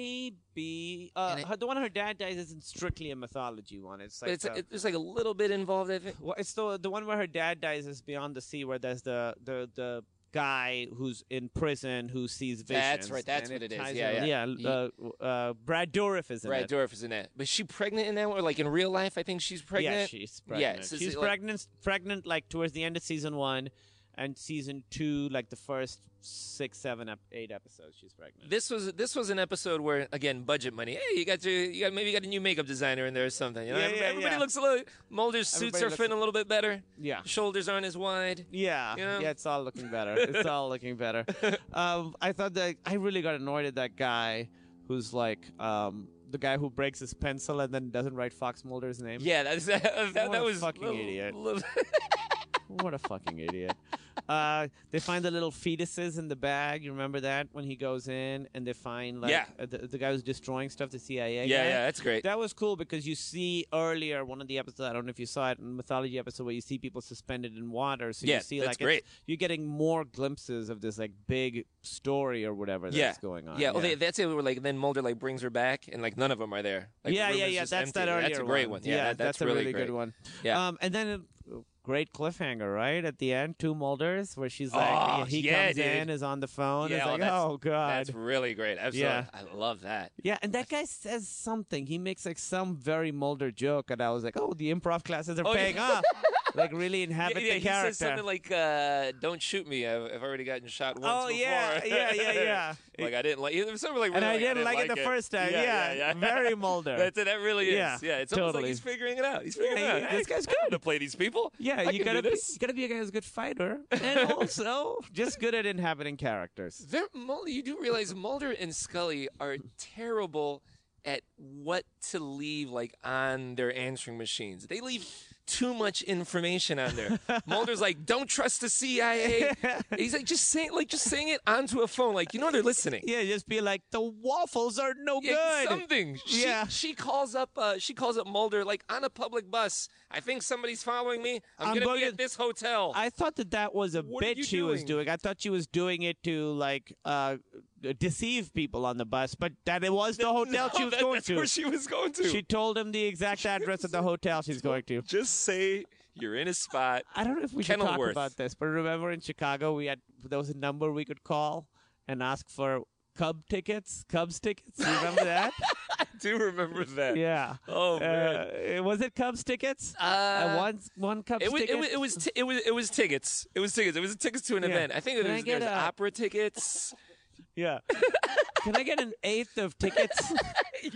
maybe uh,
And it-
her- the one her dad dies isn't strictly a mythology one. It's
But
like
it's
the,
it, there's like a little bit involved. I think.
well, it's the the one where her dad dies is Beyond the Sea, where there's the the the guy who's in prison who sees visions.
That's right, that's
and
what it is,
ties
yeah,
in-
yeah.
yeah. uh, uh, Brad Dourif is in
Brad
it.
Dorff is in that. But she pregnant in that one, or like in real life? I think she's pregnant.
Yeah, she's pregnant.
Yeah, so is
she's
it like-
pregnant. pregnant like towards the end of season one, and season two, like the first six, seven, ep- eight episodes, she's pregnant.
This was this was an episode where again budget money. Hey, you got your you got maybe you got a new makeup designer in there or something. You know,
Yeah,
everybody,
yeah,
everybody
yeah.
looks a little. Mulder's suits
Everybody
are
looks
fitting a little bit better.
yeah.
Shoulders aren't as wide.
Yeah,
You know?
yeah, it's all looking better. It's all looking better. Um, I thought that I really got annoyed at that guy who's like um, the guy who breaks his pencil and then doesn't write Fox Mulder's name.
Yeah, that's, that, that,
What
that
a
was
fucking
little-
idiot.
little-
What a fucking idiot. Uh, they find the little fetuses in the bag. You remember that when he goes in and they find like
Yeah.
uh, the, the guy who's destroying stuff, the CIA.
yeah,
guy?
yeah, that's great.
That was cool because you see earlier one of the episodes. I don't know if you saw it in the mythology episode where you see people suspended in water. So
Yeah,
you see
that's
like
great.
It's, you're getting more glimpses of this like big story or whatever that's
yeah.
going on.
Yeah, well, they, that's it. Where like then Mulder like brings her back, and like none of them are there. Like, the
yeah,
room
yeah,
is
yeah.
just
That's
empty.
that earlier
That's a great one. Yeah, that-
that's, a really,
great.
good one.
Yeah.
Um, and then a great cliffhanger, right at the end, two Mulders, where she's like,
Oh,
yeah, he
yeah,
comes
dude.
in, is on the phone,
Yeah,
is
well,
like,
that's-
oh god,
That's really great. Absolutely,
Yeah.
I love that.
Yeah, and that guy says something. He makes like some very Mulder joke, and I was like, "Oh, the improv classes are
Oh, yeah.
paying off." Like really inhabit
yeah, yeah,
the
he
character.
says something like, uh, "Don't shoot me. I've, I've already gotten shot once
Oh,
before."
yeah, yeah, yeah, yeah.
like I didn't like. It was something like,
and
really,
I
like,
didn't like it the first time. Yeah, very Mulder.
That's it. That really is. Yeah,
Yeah,
it's almost like
totally.
he's figuring it out. He's figuring
Yeah,
it out.
he- this
Hey,
guy's
I know how to play these people.
yeah,
I
you
can
gotta
do
be,
this.
you gotta be a guy who's a good fighter, and also just good at inhabiting characters.
They're, Mulder, you do realize Mulder and Scully are terrible at what to leave like on their answering machines. They leave too much information on there. Mulder's like, "Don't trust the CIA." He's like, "Just saying, like, just saying it onto a phone. Like, you know they're listening."
Yeah, just be like, the waffles are no
Yeah,
good.
something. She,
Yeah.
she calls up. Uh, she calls up Mulder like on a public bus. I think somebody's following me. I'm,
I'm
gonna
going
be
to-
at this hotel.
I thought that that was a
What are
bit
you
she was
doing?
doing. I thought she was doing it to like uh, deceive people on the bus, but that it was the hotel she
No,
was
that-
going
that's
to.
where she was going to.
She told him the exact address of the hotel she's going to.
just say you're in a spot.
I don't know if we should talk
Kenilworth.
about this, but remember in Chicago we had there was a number we could call and ask for Cub tickets, Cubs tickets. You remember that?
I do remember that.
yeah.
Oh man.
Uh, was it Cubs tickets?
Uh,
I won one Cubs
It was,
ticket.
it was it was t- it was it was tickets. It was tickets. It was tickets to an
Yeah.
event. I think
Can I
there's,
get
there's
a-
opera tickets.
yeah. Can I get an eighth of tickets?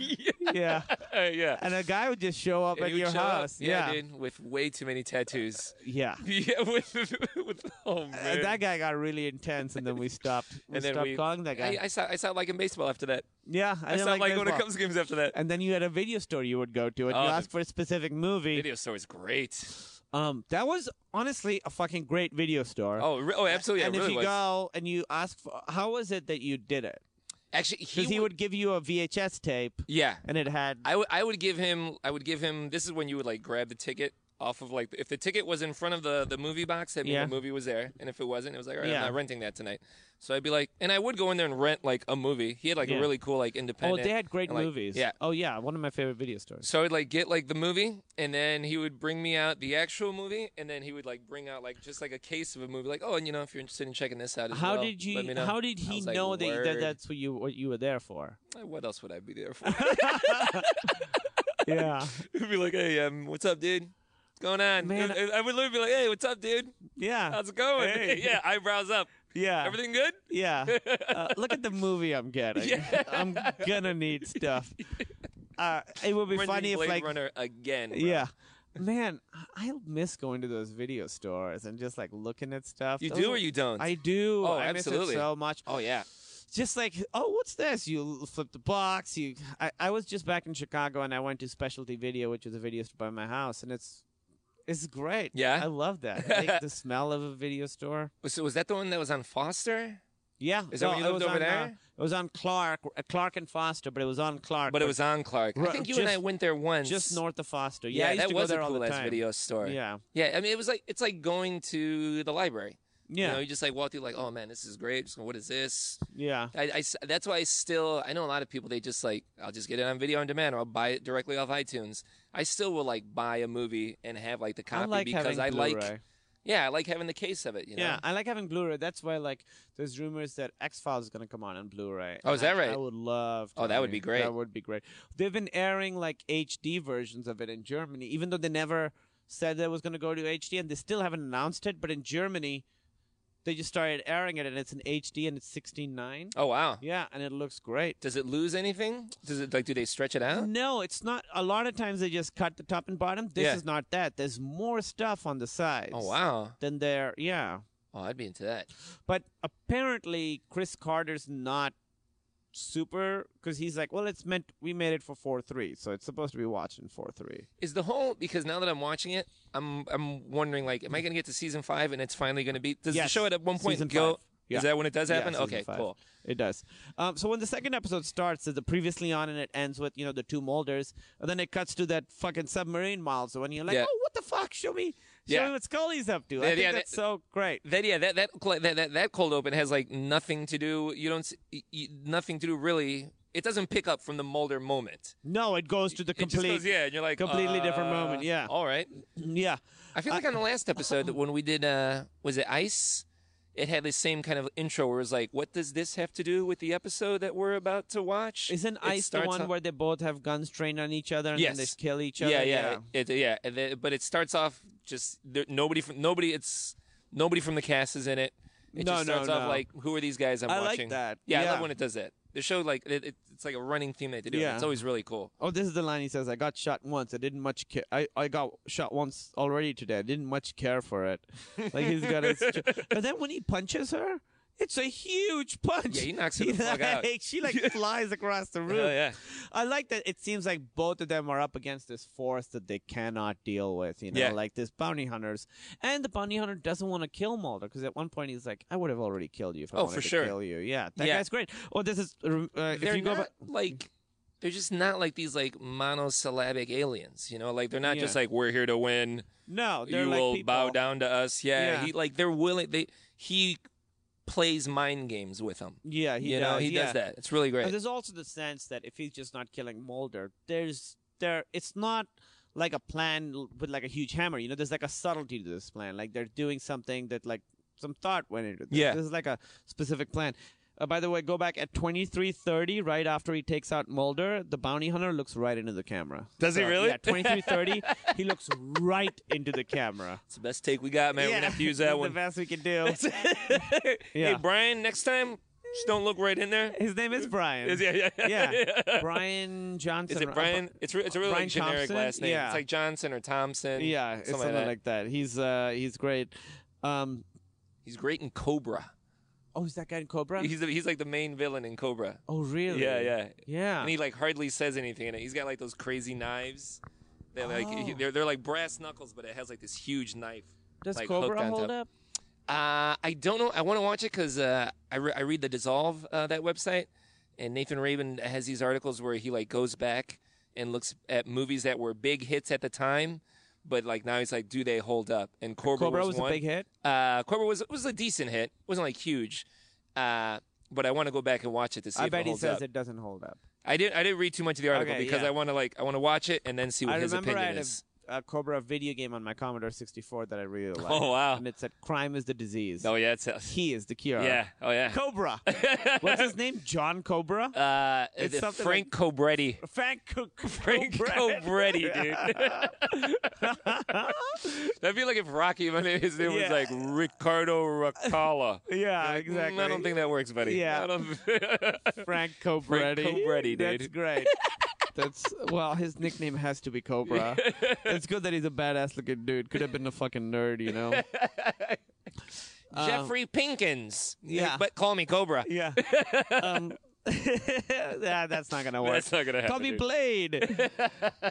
yeah.
Uh, yeah.
And a guy would just show up
Yeah,
at
he would
your
show up.
house.
Yeah,
yeah.
dude, with way too many tattoos.
Yeah.
Yeah, with, with oh man.
And Uh, that guy got really intense, and then we stopped. We
And then
stopped
we-
calling that guy.
I, I saw I saw like in baseball after that.
yeah,
I,
didn't
saw like, going to
baseball.
Cubs games after that.
And then you had a video store you would go to, and
Oh,
you
the-
asked for a specific movie.
Video store is great.
Um, that was honestly a fucking great video store.
Oh, re- oh, absolutely.
and
it
if
really
you
was.
go and you ask, for, how was it that you did it?
Actually, he,
Because he, would give you a VHS tape,
Yeah,
and it had
I would I would give him I would give him this is when you would like grab the ticket off of like if the ticket was in front of the the movie box that means
Yeah.
the movie was there and if it wasn't it was like all right
Yeah.
I'm not renting that tonight so I'd be like and I would go in there and rent like a movie he had like
Yeah.
a really cool like
oh,
independent
they had great
and, like-
movies.
yeah
Oh yeah, one of my favorite video stores.
so I'd like get like the movie and then he would bring me out the actual movie and then he would like bring out like just like a case of a movie like oh and you know if you're interested in checking this out as
How
well,
did
let me
you?
know.
How did
I
he
was like,
know that, that
"Word."
that's what you what you were there for?
what else would I be there for
Yeah,
He'd be like hey um what's up dude what's going on
Man,
I I would literally be like hey what's up dude
yeah,
How's it going?
Hey.
yeah, eyebrows up.
yeah.
Everything good?
Yeah. Uh, look at the movie I'm getting. I'm gonna need stuff. Uh, it would be
Renting
funny if
Blade
like
Runner again. bro.
yeah. Man, I- I miss going to those video stores and just like looking at stuff.
You
Those
do
were-
or you don't?
I do.
Oh,
I miss
absolutely.
it so much.
Oh yeah.
Just like, oh, what's this? You flip the box. You. I, I was just back in Chicago and I went to Specialty Video, which is a video store by my house, and it's it's great.
Yeah?
I love that. I think the smell of a video store.
So was that the one that was on Foster?
Yeah,
Is that when you
it
lived
was
over
on,
there?
uh, it was on Clark, uh, Clark and Foster, but it was on Clark.
But it was on Clark. I
Right,
think you
just-
and I went there once.
just north of Foster.
Yeah,
Yeah, I used
that
to
was
go there
a
all
cool
the
ass
time.
video store.
Yeah,
Yeah, I mean it was like it's like going to the library. You
yeah,
know, you just like walk through like, oh man, this is great. Just, what is this?
yeah.
I, I s- that's why I still I know a lot of people they just like I'll just get it on video on demand or I'll buy it directly off iTunes. I still will like buy a movie and have like the copy
I like
because
having
I like
Blu-ray.
Yeah, I like having the case of it. You know?
Yeah, I like having Blu-ray. That's why, like, there's rumors that X Files is gonna come on on Blu-ray.
Oh, is
And
that
I- I
right?
would love. To
Oh, that would
I mean,
be great.
That would be great. They've been airing like HD versions of it in Germany, even though they never said that it was gonna go to HD, and they still haven't announced it. But in Germany, they just started airing it, and it's in HD, and it's 16:9.
Oh wow.
Yeah, and it looks great.
Does it lose anything? Does it like do they stretch it out?
No, it's not. A lot of times they just cut the top and bottom. This
Yeah.
is not that. There's more stuff on the sides.
Oh wow.
Than there, yeah.
Oh, I'd be into that.
But apparently Chris Carter's not super because he's like, well, it's meant we made it for four three, so it's supposed to be watching four three.
Is the whole because now that I'm watching it, I'm I'm wondering like, am I gonna get to season five and it's finally gonna be? Does
Yes.
the show at one point
Season
go?
five. Yeah.
Is that when it does
Yeah,
happen?
season
okay,
five.
cool.
It does. Um, so when the second episode starts, there's the previously on, and it ends with you know the two molders, and then it cuts to that fucking submarine monster, and you're like,
Yeah.
oh, what the fuck? Show me, show
Yeah.
me what Scully's up to. I
Yeah,
think
yeah,
that's
that-
so great.
That yeah, that that cl- that that, that cold open has like nothing to do. You don't s- y- y- nothing to do really. It doesn't pick up from the Mulder moment.
No, it goes to the
It just
complete.
goes, yeah, and you're like
completely different
uh,
moment, yeah.
All right.
yeah.
I feel like on the last episode that when we did uh was it Ice? It had the same kind of intro where it was like, what does this have to do with the episode that we're about to watch?
Isn't
It
Ice the
starts
one
off-
where they both have guns trained on each other and then
Yes.
they kill each other?
Yeah, yeah, It, yeah. and then- but it starts off just there, nobody from nobody. It's nobody from the cast is in it. It
No,
just
no,
starts off
no.
like, who are these guys I'm
I like
watching?
that.
Yeah, I
Yeah.
love when it does that. The show like it, it, it's like a running theme they do. and
Yeah.
it's always really cool.
Oh, this is the line he says. I got shot once. I didn't much care. I, I got shot once already today. I didn't much care for it. Like he's got his. but then when he punches her, it's a huge punch.
Yeah, he knocks her the fuck out.
like- She like flies across the room.
Hell yeah.
I like that. It seems like both of them are up against this force that they cannot deal with. You know,
Yeah.
like this bounty hunters, and the bounty hunter doesn't want to kill Mulder because at one point he's like, "I would have already killed you if I
Oh,
wanted
for
to
sure.
kill you." Yeah, that
Yeah.
guy's great. Oh, this is uh, if
they're
you go
not
back.
like they're just not like these like monosyllabic aliens. You know, like they're not
Yeah.
just like we're here to win.
No, Oh, they're
you
like
will
people.
bow down to us. Yeah,
Yeah.
He, like they're willing. They he plays mind games with them.
Yeah, he
you
does.
know, he
yeah.
does that. It's really great.
And there's also the sense that if he's just not killing Mulder, there's there it's not like a plan l- with like a huge hammer. You know, there's like a subtlety to this plan. Like they're doing something that like some thought went into this.
Yeah.
This is like a specific plan. Uh, by the way, go back at 23:30, right after he takes out Mulder. The bounty hunter looks right into the camera.
Does he really?
Yeah, 23:30, he looks right into the camera.
It's the best take we got, man. We're gonna have to use that
the
one.
best we can do.
Hey,
Yeah.
Brian, next time Just don't look right in there.
His name is Brian.
Is- yeah, yeah,
yeah. Brian Johnson.
Is it
or-
Brian? It's re- it's a really
Brian
like, generic
Thompson?
last name.
Yeah.
It's like uh, Johnson or Thompson.
Yeah, it's something like, that. He's uh he's great. Um
He's great in Cobra.
oh, is that guy in Cobra?
He's the, he's like the main villain in Cobra.
oh, really?
Yeah, yeah.
Yeah.
And he like hardly says anything in it. He's got like those crazy knives. They're like he- they're, they're like brass knuckles, but it has like this huge knife.
Does
like, hooked
Cobra
on
hold
top.
up?
Uh, I don't know. I want to watch it because uh, I, re- I read the Dissolve uh, that website, and Nathan Raven has these articles where he like goes back and looks at movies that were big hits at the time, but like now he's like, do they hold up? And Cobra,
Cobra
was
was a
one.
big hit?
Uh, Cobra was was a decent hit. It wasn't like huge, uh, but I want to go back and watch it to see
I
if
bet
it
he
holds
says
up.
it doesn't hold up.
I didn't I didn't read too much of the article
Okay,
because I
yeah.
want to like I want to watch it and then see what
I
his
remember I
opinion
had a,
is.
a Cobra video game on my Commodore 64 that I really liked.
Oh, wow.
And it said, "Crime is the disease.
Oh yeah, it's a,
He is the cure.
yeah, oh yeah.
Cobra. What's his name? John Cobra.
uh,
It's
the
something
Frank Cobretti.
Frank Co-
Frank
Cobra.
Cobretti, dude. That'd be like if Rocky, my name, his name
Yeah.
was like Ricardo Racala.
Yeah, exactly.
I don't think that works, buddy.
Yeah.
I don't-
Frank Cobretti.
Cobretti,
That's
dude.
great. That's well, his nickname has to be Cobra. it's good that he's a badass looking dude. Could have been a fucking nerd, you know. Uh,
Jeffrey Pinkins.
yeah.
But call me Cobra.
Yeah. Um, yeah, that's not gonna work.
That's not gonna happen.
Call me
dude.
Blade.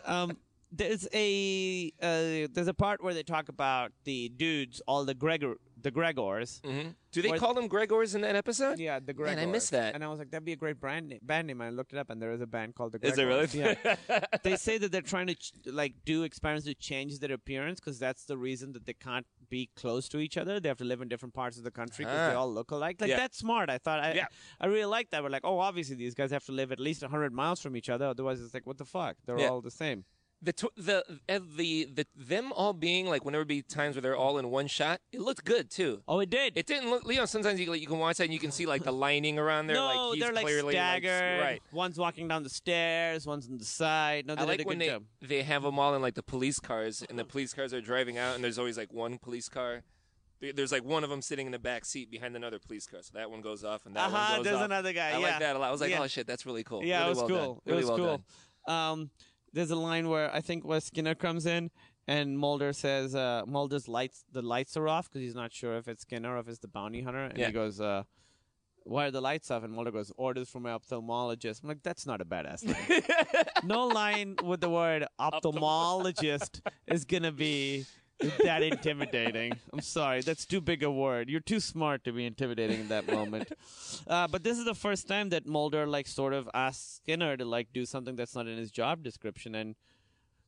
um, there's a uh, there's a part where they talk about the dudes, all the Gregor, the Gregors.
Mhm. Do they
Or-
call them Gregors in that episode?
Yeah, the Gregors.
Man, I missed that.
And I was like, that'd be a great brand na- band name. I looked it up, and there is a band called the Gregors.
Is it really?
Yeah. they say that they're trying to ch- like do experiments to change their appearance because that's the reason that they can't be close to each other. They have to live in different parts of the country because they
Ah.
all look alike. Like
Yeah.
that's smart. I thought I
Yeah.
I really liked that. We're like, oh, obviously these guys have to live at least hundred miles from each other. Otherwise, it's like, what the fuck? They're
Yeah.
all the same.
the tw- the uh, the the them all being like when there would be times where they're all in one shot. It looked good too.
Oh, it did.
It didn't look, you know. Sometimes you like, you can watch that and you can see like the lining around there.
no,
like he's
they're like
clearly like,
staggered.
s- right.
One's walking down the stairs. One's on the side. No, they
I like
did a
when
good
they,
job.
they have them all in like the police cars, and the police cars are driving out, and there's always like one police car. There- There's like one of them sitting in the back seat behind another police car, so that one goes off, and that
Uh-huh,
one goes
there's
off.
another guy,
I
yeah.
like that a lot. I was like,
Yeah.
oh shit, that's really cool.
Yeah,
really
it was
well
cool.
Done. Really
it was
well done.
cool. Um, there's a line where I think Wes Skinner comes in and Mulder says, uh, Mulder's lights, the lights are off because he's not sure if it's Skinner or if it's the bounty hunter. And
Yeah.
he goes, uh, why are the lights off? And Mulder goes, orders from my ophthalmologist. I'm like, that's not a badass line. no line with the word ophthalmologist is going to be that intimidating. I'm sorry, that's too big a word. You're too smart to be intimidating in that moment. Uh, but this is the first time that Mulder like sort of asks Skinner to like do something that's not in his job description, and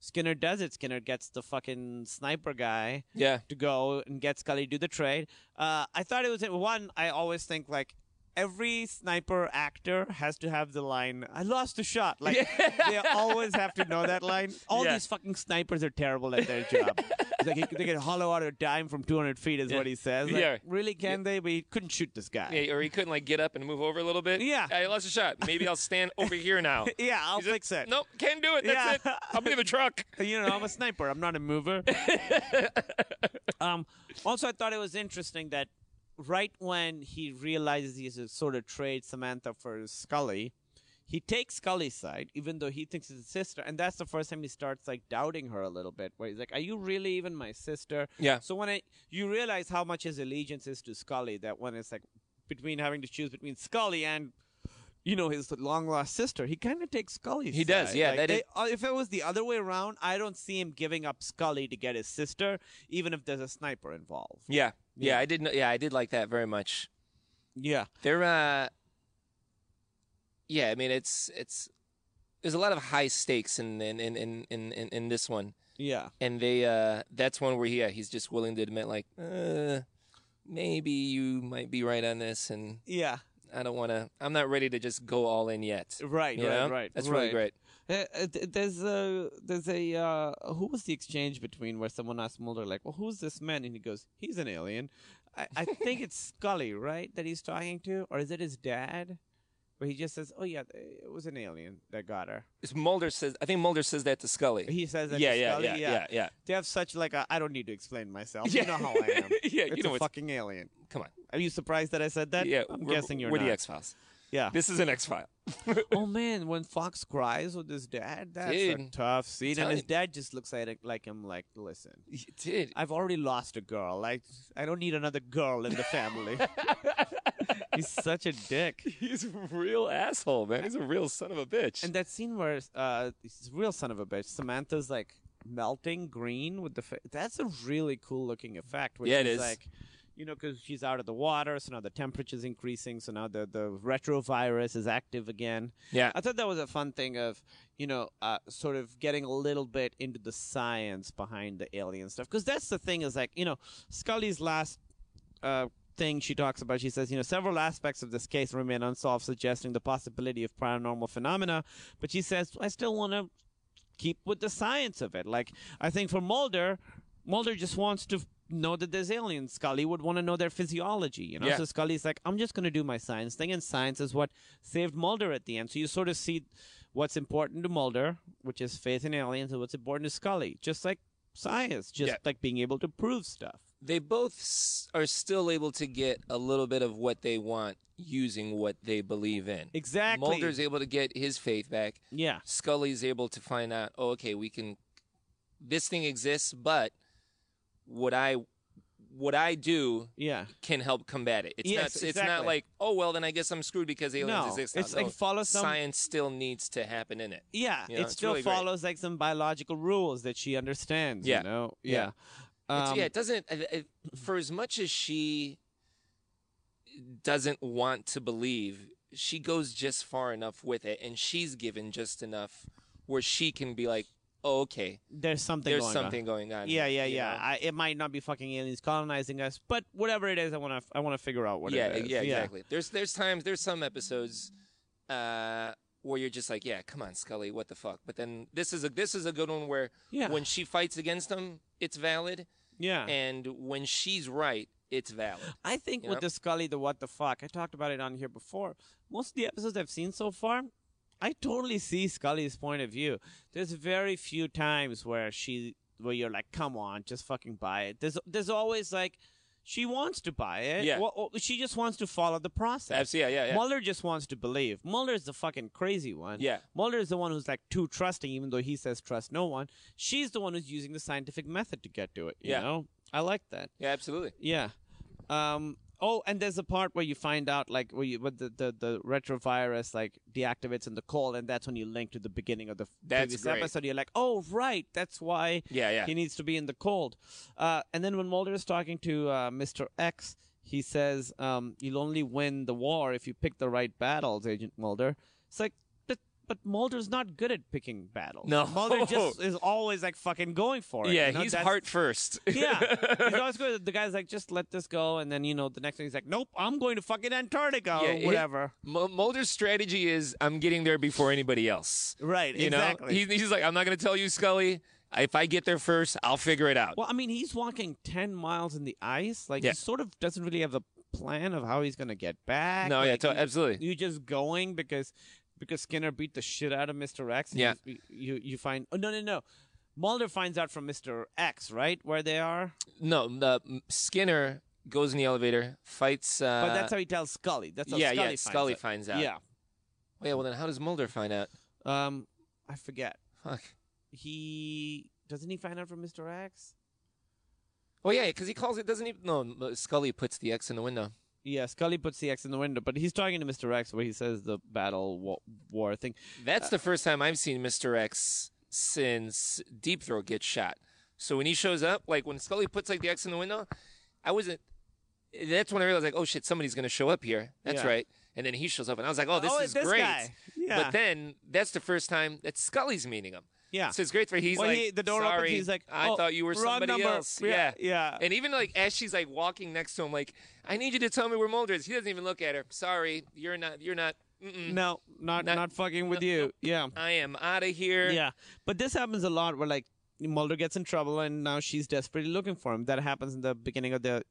Skinner does it. Skinner gets the fucking sniper guy
Yeah,
to go and get Scully to do the trade. Uh, I thought it was one. I always think like. Every sniper actor has to have the line "I lost the shot." Like they always have to know that line. All
Yeah.
these fucking snipers are terrible at their job. It's like he- they can hollow out a dime from 200 feet, is what he says. Like,
Yeah.
really? Can they? We couldn't shoot this guy.
yeah, or he couldn't like get up and move over a little bit.
Yeah.
I lost a shot. Maybe I'll stand over here now.
Yeah, I'll
He's just,
fix it.
Nope, can't do it. That's
Yeah.
it. I'll be the truck.
You know, I'm a sniper. I'm not a mover. um, also, I thought it was interesting that right when he realizes he's a sort of trade Samantha for Scully, he takes Scully's side, even though he thinks it's his sister. And that's the first time he starts like doubting her a little bit, where he's like, "Are you really even my sister?"
Yeah.
So when I, you realize how much his allegiance is to Scully, that when it's like between having to choose between Scully and you know his long lost sister, he kind of takes Scully's.
He does,
side.
yeah,
Like,
that
they-
is-
uh, if it was the other way around, I don't see him giving up Scully to get his sister, even if there's a sniper involved.
Yeah, yeah,
Yeah.
I did. kn- Yeah, I did like that very much.
Yeah,
They're uh Yeah, I mean it's it's there's a lot of high stakes in in in in in, in, in this one.
yeah.
And they uh that's one where he, yeah, he's just willing to admit like uh maybe you might be right on this and
Yeah,
I don't want to I'm not ready to just go all in yet.
right,
You
right,
know?
right.
That's
right.
really great.
Uh, uh, th- there's a there's a uh, who was the exchange between where someone asked Mulder like, "Well, who's this man?" and he goes, "He's an alien." I, I think it's Scully, right, that he's talking to, or is it his dad? where he just says, "Oh yeah, it was an alien that got her."
It's Mulder says. I think Mulder says that to Scully.
He says that.
yeah,
to
yeah,
Scully,
yeah, yeah, yeah.
They have such like a, I don't need to explain myself.
Yeah.
You know how I am.
Yeah, you
it's
know
a
what's-
fucking alien.
Come on.
Are you surprised that I said that?
yeah,
I'm
we're,
guessing you're
we're
not.
the X Files.
Yeah.
This is an X File.
oh man, when Fox cries with his dad, that's a
Dude.
tough scene.
Tell
And his
him.
dad just looks at it like him, like, listen,
Dude,
I've already lost a girl. Like, I don't need another girl in the family. He's such a dick.
he's a real asshole, man. He's a real son of a bitch.
And that scene where uh, he's a real son of a bitch. Samantha's like melting green with the. Fa- that's a really cool looking effect. Which
Yeah, it is.
is, Like, you know, because she's out of the water, so now the temperature's increasing, so now the the retrovirus is active again.
yeah.
I thought that was a fun thing of, you know, uh, sort of getting a little bit into the science behind the alien stuff. Because that's the thing is like, you know, Scully's last uh, thing she talks about, she says, you know, several aspects of this case remain unsolved, suggesting the possibility of paranormal phenomena. But she says, I still want to keep with the science of it. Like, I think for Mulder, Mulder just wants to. f- Know that there's aliens. Scully would want to know their physiology, you know.
Yeah.
So Scully's like, "I'm just going to do my science thing," and science is what saved Mulder at the end. So you sort of see what's important to Mulder, which is faith in aliens, and what's important to Scully, just like science, just
Yeah.
like being able to prove stuff.
they both s- are still able to get a little bit of what they want using what they believe in.
Exactly.
Mulder's able to get his faith back.
yeah.
Scully's able to find out, oh, okay, we can. This thing exists, but what I what I do
Yeah.
can help combat it. It's
Yes,
not. It's not
exactly.
like, oh well, then I guess I'm screwed because aliens
No,
exist.
it's
No,
like follow some-
science still needs to happen in it.
Yeah.
You know,
it
it's
still
really great.
follows like some biological rules that she understands.
Yeah.
You know?
Yeah. It's-
Um,
yeah, it doesn't. I, I, for as much as she doesn't want to believe, she goes just far enough with it, and she's given just enough where she can be like, "Oh, okay,
There's something.
there's
going on.
something going on."
Yeah,
here,"
yeah,
you
yeah.
know?
I, it might not be fucking aliens colonizing us, but whatever it is, I want to. I want to figure out what
yeah,
it is.
yeah, exactly. There's there's times there's some episodes uh, where you're just like, "Yeah, come on, Scully, what the fuck?" But then this is a this is a good one where
Yeah.
when she fights against him, it's valid,
Yeah.
and when she's right, it's valid.
I think
You
with
know?
the Scully, the what the fuck, I talked about it on here before. Most of the episodes I've seen so far, I totally see Scully's point of view. There's very few times where she, where you're like, come on, just fucking buy it. There's, there's always like, she wants to buy it.
Yeah.
Well, well, she just wants to follow the process.
Abs- yeah, yeah, yeah.
Mulder just wants to believe. Mulder's the fucking crazy one.
Yeah.
Mulder is the one who's like too trusting, even though he says trust no one. She's the one who's using the scientific method to get to it. You
Yeah.
know? I like that.
Yeah, absolutely.
Yeah. Um. Oh, and there's a part where you find out like where you what the, the the retrovirus like deactivates in the cold, and that's when you link to the beginning of the f-
That's
previous
great.
episode. You're like, oh right, that's why
Yeah, yeah.
he needs to be in the cold. Uh, and then when Mulder is talking to uh, Mr. X, he says, um, "You'll only win the war if you pick the right battles, Agent Mulder." It's like, but but Mulder's not good at picking battles.
No.
Mulder just is always like fucking going for it.
Yeah,
you know?
he's
That's-
heart first.
yeah, he's always good. The guy's like, just let this go, and then you know, the next thing he's like, nope, I'm going to fucking Antarctica
Yeah,
or
it-
whatever.
M- Mulder's strategy is I'm getting there before anybody else.
Right,
You
exactly.
know, he, he's like, I'm not going to tell you, Scully. If I get there first, I'll figure it out.
well, I mean, he's walking ten miles in the ice. Like
Uh, Yeah.
he sort of doesn't really have a plan of how he's gonna get back.
no, yeah,
Like,
to-
you-
absolutely.
You're just going because because Skinner beat the shit out of Mister X. and
Yeah.
you, you you find oh no no no, Mulder finds out from Mister X right where they are,
No, the Skinner goes in the elevator, fights. Uh,
but that's how he tells Scully. That's how
yeah,
Scully
yeah.
finds
Scully
out.
finds out.
Yeah,
Wait, well then, how does Mulder find out?
um, I forget.
Fuck.
He doesn't he find out from Mister X.
Oh yeah, because he calls it. Doesn't he? No, M- Scully puts the X in the window.
Yeah, Scully puts the X in the window, but he's talking to Mr. X where he says the battle war, war thing.
That's the first time I've seen Mr. X since Deep Throat gets shot. So when he shows up, like when Scully puts like the X in the window, I wasn't. That's when I realized, like, oh shit, somebody's gonna show up here. That's
Yeah.
right. And then he shows up, and I was like, oh, this
Oh,
is
this
great.
guy. Yeah.
But then that's the first time that Scully's meeting him.
Yeah.
So it's great for he's
Well,
like
he- the door opens,
Sorry,
he's like,
I
"Oh,
thought you were
wrong
somebody
number."
else.
Yeah,
Yeah,
yeah.
And even like as she's like walking next to him, like I need you to tell me where Mulder is. He doesn't even look at her. Sorry, you're not. You're not. Mm-mm.
No, not not,
Not-
fucking with
no,
you.
no.
Yeah.
I am out of here.
Yeah. But this happens a lot where like Mulder gets in trouble and now she's desperately looking for him. That happens in the beginning of the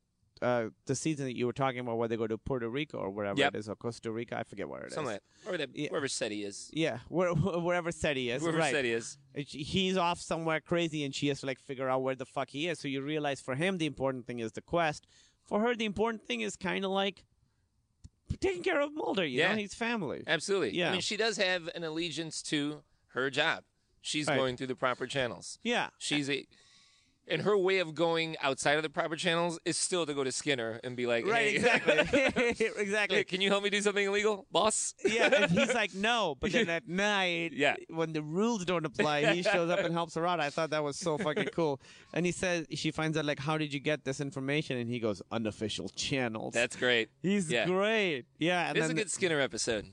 uh, the season that you were talking about, where they go to Puerto Rico or wherever
Yep.
it is, or Costa Rica. I forget where it is.
Something like that. Or that,
Yeah.
wherever said he is.
Yeah, where, wherever SETI is.
Whoever
right.
said he is.
And she- He's off somewhere crazy, and she has to like figure out where the fuck he is. So you realize for him the important thing is the quest. For her, the important thing is kind of like taking care of Mulder. You
Yeah.
know, his family.
Absolutely. I
Yeah.
mean, she does have an allegiance to her job. She's
Right.
going through the proper channels.
yeah.
She's a, and her way of going outside of the proper channels is still to go to Skinner and be like,
Right.
"Hey,
Exactly.
hey,
exactly.
can you help me do something illegal, boss?
yeah, and he's like, no. But then at night,
Yeah.
when the rules don't apply, he shows up and helps her out. I thought that was so fucking cool. And he says, she finds out, like, how did you get this information? And he goes, unofficial channels.
That's great.
He's
yeah.
great. Yeah. And
This is a
then
good Skinner episode.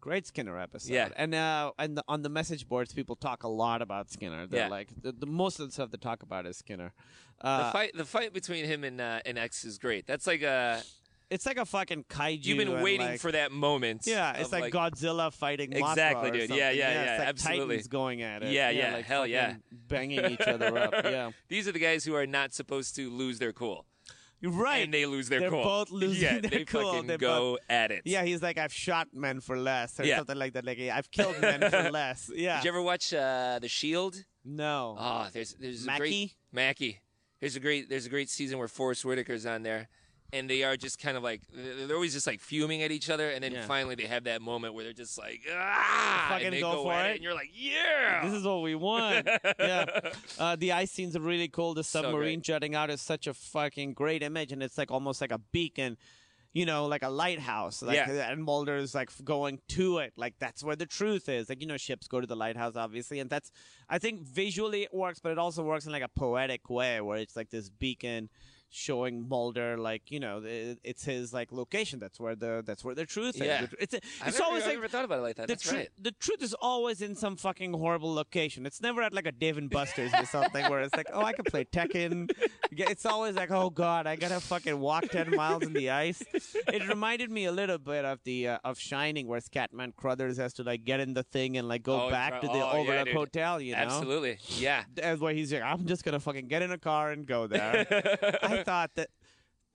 great Skinner episode.
Yeah.
And uh, and the, on the message boards, people talk a lot about Skinner. They're
Yeah.
like, the, the most of the stuff they talk about is Skinner.
The
Uh,
fight, the fight between him and uh, and X is great. That's like a
it's like a fucking kaiju.
you've been
and,
waiting
like-
for that moment.
Yeah,
of,
it's like, Godzilla fighting Mothra
Exactly,
or
dude. Yeah,
something.
yeah, yeah,
it's like
absolutely.
Titans going at it.
Yeah, yeah,
like
hell yeah.
fucking banging each other up. Yeah,
These are the guys who are not supposed to lose their cool,
you're right.
and they lose their
They're
cool.
both losing
yeah,
their
they
cool.
fucking
They're
go
both-
at it.
yeah, he's like, I've shot men for less or
Yeah.
something like that. Like, I've killed men for less. Yeah.
Did you ever watch uh, The Shield?
no.
Oh, there's there's a great Mackey.
Mackey?
There's a great there's a great season where Forrest Whitaker's on there, and they are just kind of like they're they're always just like fuming at each other, and then
Yeah.
finally they have that moment where they're just like ah,
Fucking
and they
go for
at it.
it.
and you're like yeah.
This is what we want. yeah. Uh, the ice scenes are really cool. The
So
submarine
great.
jutting out is such a fucking great image, and it's like almost like a beacon. You know, like a lighthouse. Like,
Yeah.
And Mulder is like going to it. Like, that's where the truth is. Like, you know, ships go to the lighthouse, obviously. And that's, I think visually it works, but it also works in like a poetic way where it's like this beacon showing Mulder, like, you know, it, it's his like location. That's where the, that's where the truth
Yeah.
is. It's,
I've
it's
never,
always
I've
like,
never thought about it like that.
the,
That's
tru-
right.
the truth is always in some fucking horrible location. It's never at like a Dave and Buster's or something where it's like, oh, I can play Tekken. Yeah, It's always like, oh god, I gotta fucking walk ten miles in the ice. It reminded me a little bit of the uh, of Shining, where Scatman Crothers has to like get in the thing and like go
Oh,
back
try-
to the
oh, yeah,
Overlook
dude.
Hotel. You know,
Absolutely. Yeah.
That's where he's like, I'm just gonna fucking get in a car and go there. I thought that.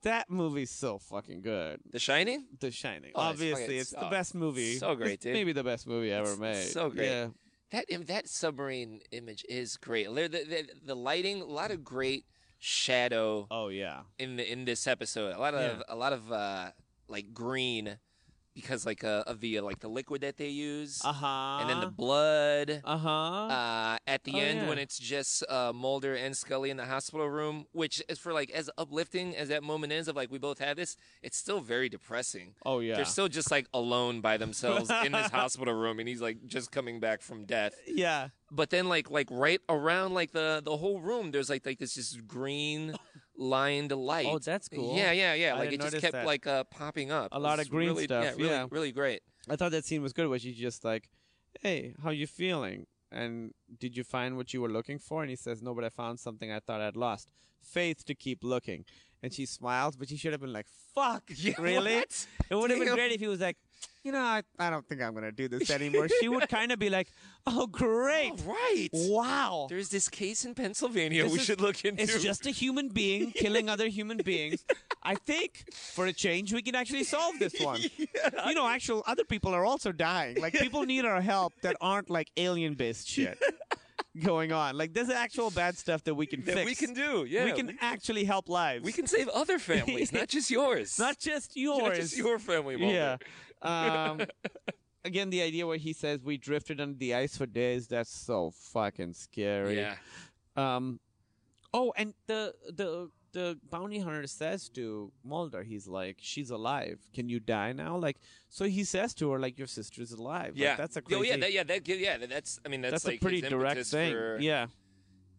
That movie's so fucking good.
The Shining.
The Shining.
Oh, it's fucking-
Obviously, it's, the
oh,
best movie.
so great,
It's
dude.
Maybe the best movie ever made.
so great.
Yeah.
That im- that submarine image is great. The, the, the lighting, a lot of great shadow
Oh yeah.
in the, in this episode. A lot of a lot of uh, like green because like uh, of the uh, like the liquid that they use,
Uh huh.
and then the blood.
Uh huh.
Uh, at the
Oh,
end,
yeah.
when it's just uh, Mulder and Scully in the hospital room, which is for like as uplifting as that moment is of like we both have this, it's still very depressing.
Oh yeah.
They're still just like alone by themselves in this hospital room, and he's like just coming back from death
yeah.
but then like like right around like the the whole room there's like like this just green lined light
Oh, that's cool.
yeah yeah yeah
I
like it
didn't
just
notice
kept
that.
like uh popping up
A lot
It's
of green
really,
stuff,
yeah really,
yeah.
really great
I thought that scene was good. Where she's just like, "Hey, how you feeling? And did you find what you were looking for?" And he says, "No, but I found something I thought I'd lost: faith to keep looking." And she smiles, but she should have been like, "Fuck, really?"
what?
It would have been
Damn.
great if he was like. You know, I, I don't think I'm gonna do this anymore. she would kind of be like, "Oh, great!
right
Wow,
there's this case in pennsylvania
This
we
is-
should look into
It's just a human being killing other human beings. I think for a change, we can actually solve this one. You know, actual other people are also dying. Like people need our help that aren't like alien based shit going on. Like there's actual bad stuff that we can
that
fix.
we can do yeah
We can actually help lives.
we can save other families not just yours
not just
not
yours.
just your family Mulder.
Yeah. Um, again, the idea where he says we drifted under the ice for days. That's so fucking scary.
yeah
Um, oh, and the the the bounty hunter says to Mulder, he's like, "She's alive. Can you die now?" Like, so he says to her, "Like your sister's alive." Like,
yeah
that's a crazy.
oh yeah that, yeah that yeah that's i mean that's,
that's
like
a pretty
his
direct
impetus
thing.
for-
Yeah,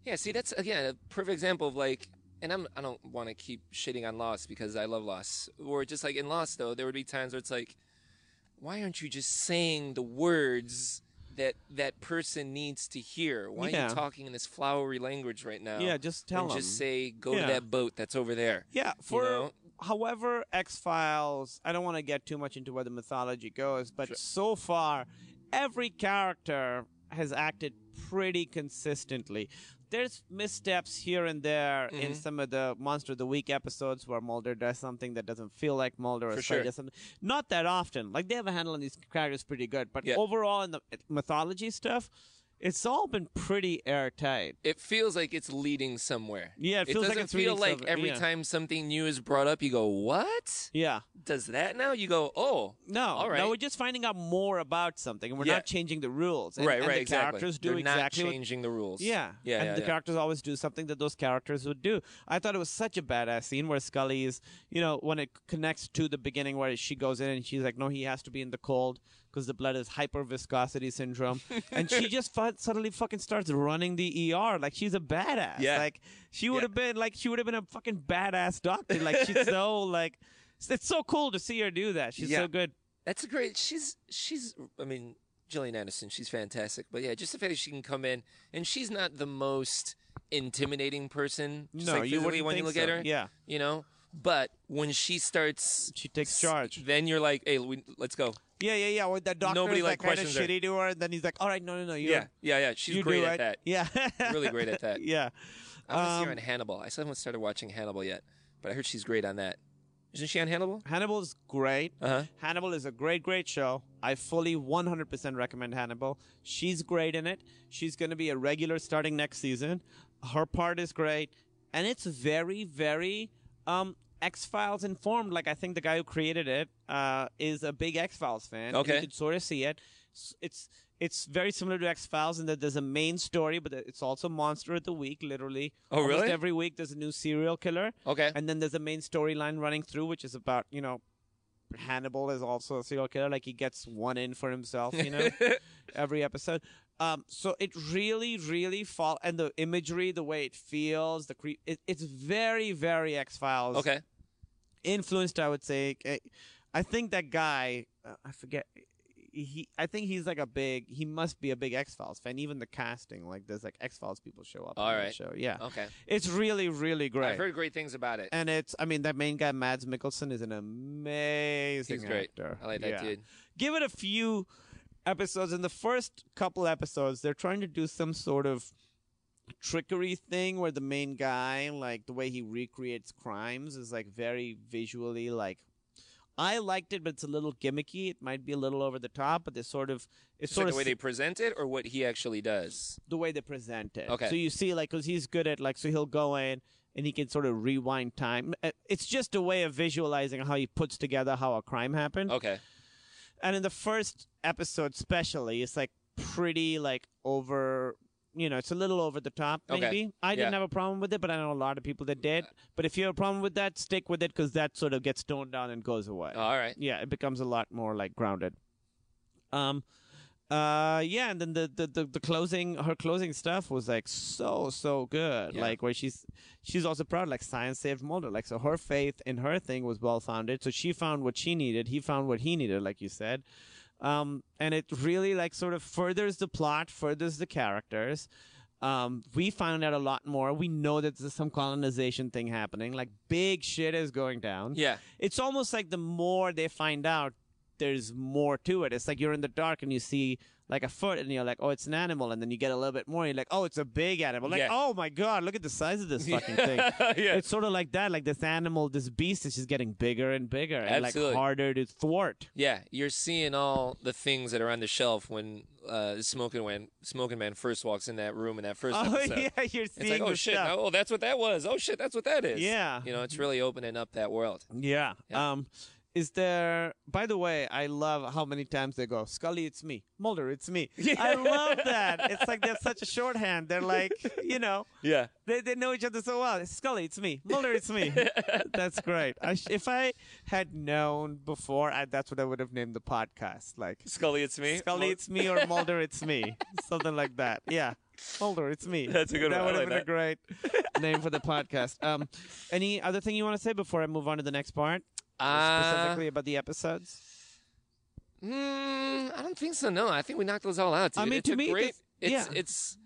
Yeah, see, that's again a perfect example of like, and I'm I don't want to keep shitting on Lost because I love Lost, or just like in Lost though, there would be times where it's like, why aren't you just saying the words that that person needs to hear? Why are
Yeah.
you talking in this flowery language right now?
Yeah, just tell
and Just
'em.
say, go to
Yeah.
that boat that's over there.
yeah. For
know?
however, X Files. I don't want to get too much into where the mythology goes, but so far, every character has acted pretty consistently. there's missteps here and there
Mm-hmm.
in some of the Monster of the Week episodes where Mulder does something that doesn't feel like Mulder or
For
Scully
sure.
does something. Not that often. Like they have a handle on these characters pretty good, but
Yeah.
overall in the mythology stuff, it's all been pretty airtight.
It feels like it's leading somewhere.
Yeah, it feels like
doesn't
it's
feel
leading
like
somewhere,
every
yeah.
time something new is brought up, you go, "What
Yeah.
does that now?" You go, "Oh,
No,
all right."
no, we're just finding out more about something, and we're
Yeah.
not changing the rules. And,
right,
and
right,
the
exactly.
characters do
They're
exactly
not
what
changing the rules.
Yeah.
yeah,
And
yeah,
the
yeah.
characters always do something that those characters would do. I thought it was such a badass scene where Scully is, you know, when it connects to the beginning where she goes in and she's like, no, he has to be in the cold because the blood is hyperviscosity syndrome. and she just fu- suddenly fucking starts running the ER. Like, she's a badass.
Yeah.
Like, she would have been, like, she would have been a fucking badass doctor. Like, she's so, like, it's- it's so cool to see her do that. She's
Yeah.
so good.
That's a great. She's she's. I mean, Gillian Anderson. She's fantastic. But yeah, just the fact that she can come in and she's not the most intimidating person. Just
No,
like
you
physically
wouldn't
when
think
you look
so.
at her.
Yeah.
you know. But when she starts,
She takes charge.
Then you're like, "Hey, we, let's go."
Yeah, yeah, yeah. Well, that doctor
Nobody,
is
like,
like, kind of
questions her.
shitty to her, and then he's like, "All right, no, no, no, you,
Yeah, yeah, yeah. She's
you
great
do
at
it."
that.
Yeah,
Really great at that.
yeah.
I want to see her
Um,
on Hannibal. I still haven't started watching Hannibal yet, but I heard she's great on that. Isn't she on Hannibal?
Hannibal's great.
Uh huh.
Hannibal is a great, great show. I fully 100% recommend Hannibal. She's great in it. She's going to be a regular starting next season. Her part is great. And it's very, very um, X Files informed. Like, I think the guy who created it uh, is a big X Files fan. And
Okay.
you could sort of see it. S- It's. It's very similar to X Files in that there's a main story, but it's also Monster of the Week, literally.
Oh,
Almost
really?
Every week there's a new serial killer.
Okay.
And then there's a main storyline running through, which is about, you know, Hannibal is also a serial killer. Like he gets one in for himself, you know, every episode. Um, so it really, really fall and the imagery, the way it feels, the cre- it, it's very, very X Files
Okay.
influenced. I would say. Eh, I think that guy, uh, I forget. He, I think he's like a big. He must be a big X Files fan. Even the casting, like there's like X Files people show up.
All
on that
right. Oh.
show. Yeah,
Okay.
it's really, really great.
I've heard great things about it.
And it's, I mean, that main guy, Mads Mikkelsen, is an amazing
He's great.
actor.
I like that
Yeah.
dude.
Give it a few episodes. In the first couple episodes, they're trying to do some sort of trickery thing where the main guy, like the way he recreates crimes, is like very visually like. I liked it, but it's a little gimmicky. It might be a little over the top, but they sort of it's
Just
sort
like
of
the way they present it or what he actually does.
the way they present it.
Okay.
So you see, like, because he's good at, like, so he'll go in and he can sort of rewind time. Uh, It's just a way of visualizing how he puts together how a crime happened.
Okay.
And in the first episode, especially, it's like pretty, like, over. You know, it's a little over the top,
Okay.
maybe. I didn't
Yeah.
have a problem with it, but I know a lot of people that did. But if you have a problem with that, stick with it because that sort of gets toned down and goes away
All right.
yeah it becomes a lot more like grounded um uh yeah and then the the, the, the closing her closing stuff was like so so good
Yeah.
like where she's she's also proud like science saved mulder like so her faith in her thing was well founded so she found what she needed he found what he needed like you said um and it really like sort of furthers the plot furthers the characters um, we found out a lot more. We know that there's some colonization thing happening. Like big shit is going down
Yeah.
it's almost like the more they find out there's more to it it's like you're in the dark and you see like a foot and you're like oh it's an animal and then you get a little bit more and you're like oh it's a big animal like
Yeah.
oh my god look at the size of this fucking thing
yeah.
it's sort of like that like this animal this beast is just getting bigger and bigger and
Absolutely.
like harder to thwart
Yeah, you're seeing all the things that are on the shelf when uh, Smoking Man, Smoking Man first walks in that room in that first
oh
episode.
yeah you're
It's
seeing
like, oh
the
shit,
stuff.
oh that's what that was. Oh shit, that's what that is.
Yeah.
you know, it's really opening up that world.
Yeah.
Yeah.
Um, is there? By the way, I love how many times they go, "Scully, it's me. Mulder, it's me." I love that. It's like they're such a shorthand. They're like, you know,
Yeah,
they they know each other so well. Scully, it's me. Mulder, it's me. that's great. I sh- if I had known before, I, that's what I would have named the podcast. Like
Scully, it's me.
Scully, it's me, or Mulder, it's me, something like that. Yeah, Mulder, it's me.
That's a good
That
one.
would
I
have
like
been a great name for the podcast. Um, any other thing you want to say before I move on to the next part,
Uh,
specifically about the episodes?
mm, I don't think so. No, I think we knocked those all out. Dude.
I mean,
it's
to
a
me,
great,
this-
it's
yeah.
it's.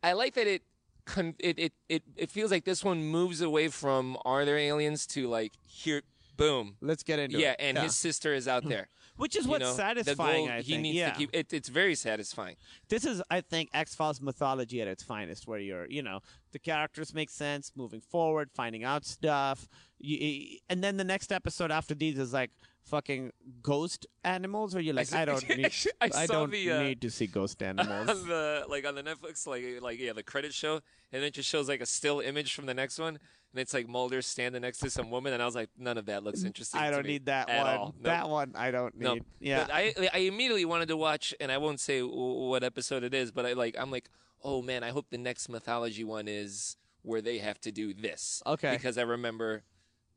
I like that it, con- it it it it feels like this one moves away from are there aliens to like here Boom.
Let's get into
Yeah,
it.
and his sister is out there.
Which is
You
what's
know, the
satisfying.
goal
I
he
think.
needs
yeah.
to keep. It, it's very satisfying.
This is, I think, X Files mythology at its finest, where you're, you know, the characters make sense, moving forward, finding out stuff, You- y- and then the next episode after these is like fucking ghost animals, where you're like, I don't need,
I
I
saw
don't
the, uh,
need to see ghost
on
animals.
the like on the Netflix like like yeah the credit show and it just shows like a still image from the next one and it's like Mulder standing next to some woman and I was like none of that looks interesting.
I
to
don't
me
need that
at
one.
All. Nope.
That one I don't need.
Nope.
Yeah.
But I I immediately wanted to watch and I won't say w- what episode it is but I like I'm like oh man I hope the next mythology one is where they have to do this
Okay.
because I remember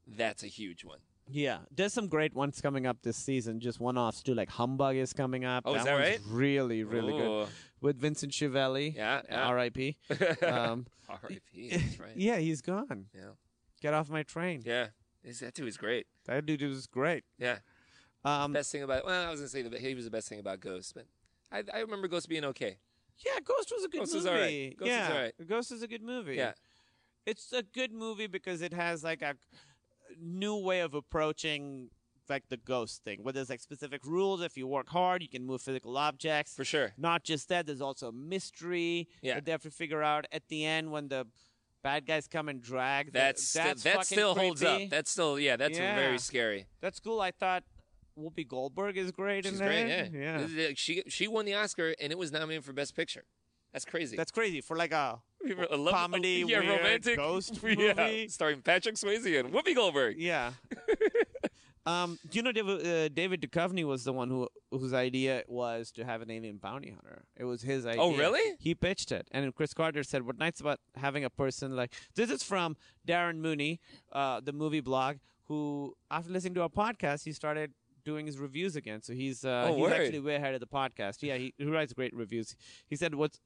that's a huge one.
Yeah, there's some great ones coming up this season. Just one-offs too, like Humbug is coming up.
Oh, is that
one's
right?
Really, really
Ooh.
good with Vincent Chiavelli.
Yeah, yeah.
R.I.P. Um,
R.I.P. That's right.
yeah, he's gone.
Yeah.
Get off my train.
Yeah. Is- That dude is great.
That dude was great.
Yeah.
Um,
best thing about well, I was gonna say the, he was the best thing about Ghost, but I, I remember Ghost being okay.
yeah, Ghost was a good
Ghost is
movie.
all right. Ghost is
yeah,
all right.
Ghost is a good movie.
Yeah,
it's a good movie because it has like a new way of approaching like the ghost thing where there's like specific rules if you work hard you can move physical objects
for sure.
not just that there's also a mystery
Yeah.
that they have to figure out at the end when the bad guys come and drag the-
That's still-
that's
that
fucking
still holds
creepy.
up. That's still yeah. That's
Yeah.
very scary.
that's cool i thought whoopi goldberg is great
She's
in
great. Yeah,
there yeah
This is, like, She she won the Oscar and it was nominated for Best Picture. That's crazy.
that's crazy for like a
We were- a love-
comedy,
yeah,
weird
romantic
ghost
yeah,
movie.
starring Patrick Swayze and Whoopi Goldberg.
Yeah. um, do you know David, uh, David Duchovny was the one who whose idea it was to have an alien bounty hunter? It was his idea.
really?
He pitched it, and Chris Carter said, "What nice about having a person like this is from Darren Mooney, uh, the movie blog, who after listening to our podcast, he started." Doing his reviews again, so he's uh,
Oh,
he's
word.
actually way ahead of the podcast. Yeah, he, he writes great reviews. He said what's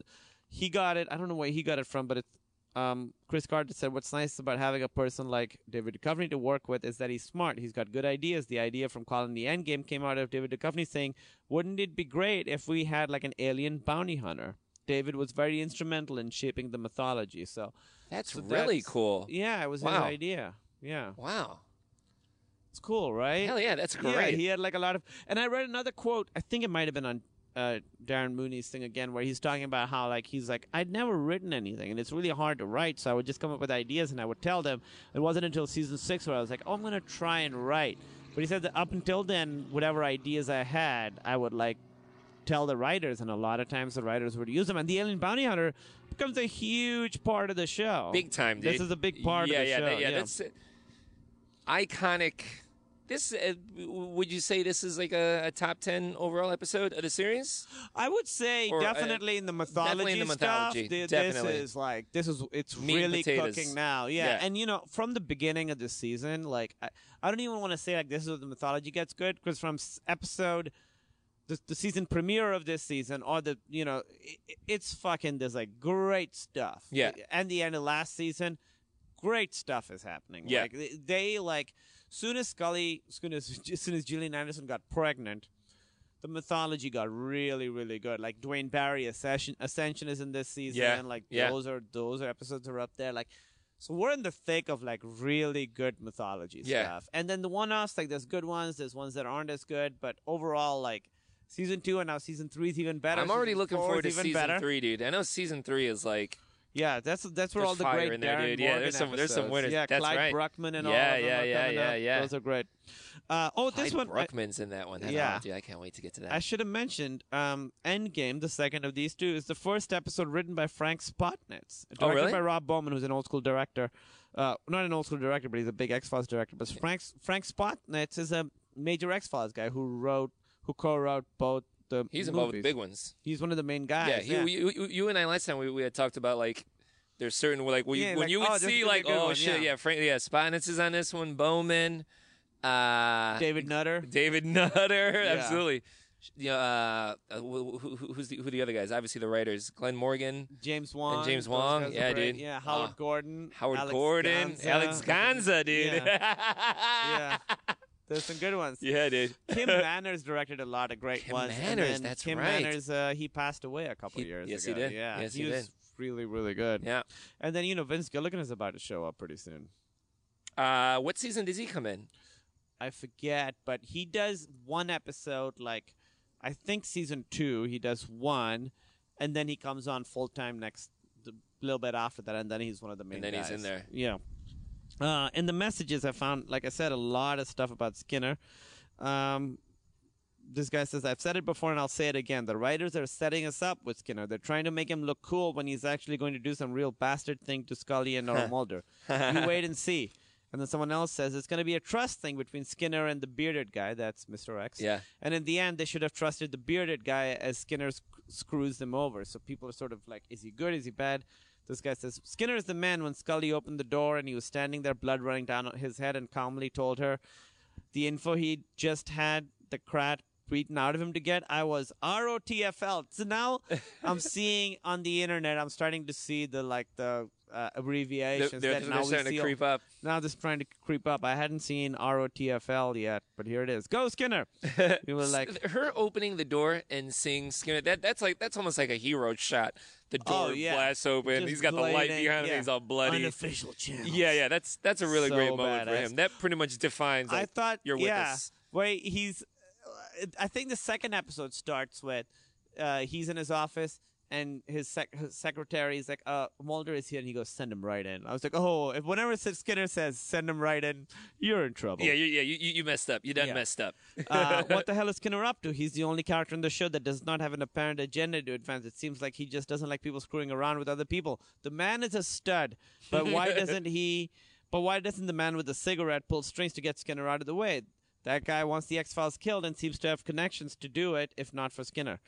he got it. I don't know where he got it from, but it's um, Chris Carter said, "What's nice about having a person like David Duchovny to work with is that he's smart. He's got good ideas. The idea from Colony Endgame came out of David Duchovny saying, "Wouldn't it be great if we had like an alien bounty hunter?" David was very instrumental in shaping the mythology. So,
That's
so
really
that's-
cool.
Yeah, it was his
Wow.
idea. Yeah,
Wow.
it's cool, right?
Hell yeah, that's great.
Yeah, he had like a lot of. And I read another quote. I think it might have been on uh, Darren Mooney's thing again, where he's talking about how like he's like I'd never written anything, and it's really hard to write. So I would just come up with ideas, and I would tell them. It wasn't until season six where I was like, oh, I'm gonna try and write. But he said that up until then, whatever ideas I had, I would like tell the writers, and a lot of times the writers would use them. And the Alien Bounty Hunter becomes a huge part of the show.
Big time, dude.
This is a big part
yeah,
of the
yeah,
show.
that- yeah, that's uh, iconic. This uh, w- would you say this is like a, a top ten overall episode of the series?
I would say
Or, uh,
definitely in the mythology
definitely in the mythology,
stuff. th-
definitely.
This is like this is it's
Meat and
really
potatoes.
cooking now. Yeah.
Yeah.
and you know from the beginning of the season, like I, I don't even want to say like this is where the mythology gets good because from s- episode. The, the season premiere of this season, or the you know, i i- it's fucking there's like great stuff.
Yeah.
and the end of last season, great stuff is happening.
Yeah.
like, they, they like soon as Scully, soon as soon as Gillian Anderson got pregnant, the mythology got really, really good. Like Dwayne Barry Ascension, Ascension is in this season.
Yeah,
Like
yeah.
those are those are episodes are up there. Like so we're in the thick of like really good mythology
Yeah.
stuff. And then the one offs, like there's good ones, there's ones that aren't as good, but overall like season two and now season three is even better.
I'm already
Season
looking
four
forward to
is even
season
better.
three, dude. I know season three is like
Yeah, that's that's where
There's
all the
fire
great
in there,
Darren
dude. Yeah,
Morgan
there's some- there's some
episodes.
winners.
Yeah,
That's right.
Clyde Bruckman and
Yeah,
all of them
yeah,
are
yeah,
coming
yeah,
up.
yeah.
Those are great. Uh, oh, this
Clyde
one I-
Bruckman's in that one. I
Yeah.
know, dude, I can't wait to get to that.
I should have mentioned um, Endgame, the second of these two, is the first episode written by Frank Spotnitz, directed
Oh, really?
by Rob Bowman, who's an old school director. Uh, not an old school director, but he's a big X Files director. But Frank Frank Spotnitz is a major X Files guy who wrote, who co-wrote both the.
He's involved
movies.
with big ones.
He's one of the main guys.
yeah, he, You, you, you and I last time we, we had talked about like there's certain like we,
Yeah,
when
like,
you would
oh, this
see
is gonna be
like
a good
oh
one,
shit
yeah.
yeah Frank yeah Spinitz is on this one Bowman, uh,
David Nutter.
David Nutter absolutely. You know, uh, uh, who, who, who- who's the, who the other guys? Obviously the writers Glenn Morgan,
James Wong.
James
those
Wong,
guys are
yeah,
great.
dude.
Yeah, Howard
Oh.
Gordon.
Howard
Alex
Gordon,
Gonza.
Alex Gonza, dude.
Yeah. There's some good ones.
Yeah, dude.
Kim Manners directed a lot of great
Kim
ones. and
Manners,
then
that's
Kim
right.
Manners, uh, he passed away a couple
He-
years
yes, he
ago.
did.
Yeah,
Yes,
he,
he
was
did.
really, really good.
Yeah.
And then you know Vince Gilligan is about to show up pretty soon.
Uh, what season does he come in?
I forget, but he does one episode, like I think season two. He does one, and then he comes on full time next the little bit after that, and then he's one of the main.
And then he's in
guys.
there.
Yeah. Uh, in the messages, I found, like I said, a lot of stuff about Skinner. Um, this guy says, I've said it before and I'll say it again. The writers are setting us up with Skinner. They're trying to make him look cool when he's actually going to do some real bastard thing to Scully and or Mulder. you wait and see. And then someone else says it's going to be a trust thing between Skinner and the bearded guy. That's Mr. X.
Yeah.
And in the end, they should have trusted the bearded guy as Skinner sc- screws them over. So people are sort of like, is he good? Is he bad? This guy says Skinner is the man when Scully opened the door and he was standing there, blood running down his head, and calmly told her the info he just had the crap beaten out of him to get. I was ROTFL. So now I'm seeing on the internet, I'm starting to see the like the uh,
They're,
abbreviations
they're-
that
they're
now we
starting
see
to creep up.
now this is trying to creep up. I hadn't seen ROTFL yet, but here it is. Go Skinner. we were like,
her opening the door and seeing Skinner. That that's like that's almost like a hero shot. The door
Oh, yeah.
blasts open.
Just
he's got the light
blading,
behind him.
yeah.
He's all bloody.
Unofficial channels.
Yeah, yeah. That's that's a really
So
great moment for
badass.
him. That pretty much defines.
I
like,
thought
you're with
yeah.
us.
Wait, he's. uh, I think the second episode starts with uh, he's in his office and his, sec- his secretary is like, uh, "Mulder is here," and he goes, "Send him right in." I was like, "Oh, if whenever Skinner says send him right in, you're in trouble."
Yeah, you, yeah. You, you you messed up. You done
Yeah.
messed up.
uh, what the hell is Skinner up to? He's the only character in the show that does not have an apparent agenda to advance. It seems like he just doesn't like people screwing around with other people. The man is a stud, but why doesn't he? But why doesn't the man with the cigarette pull strings to get Skinner out of the way? That guy wants the X Files killed and seems to have connections to do it, if not for Skinner.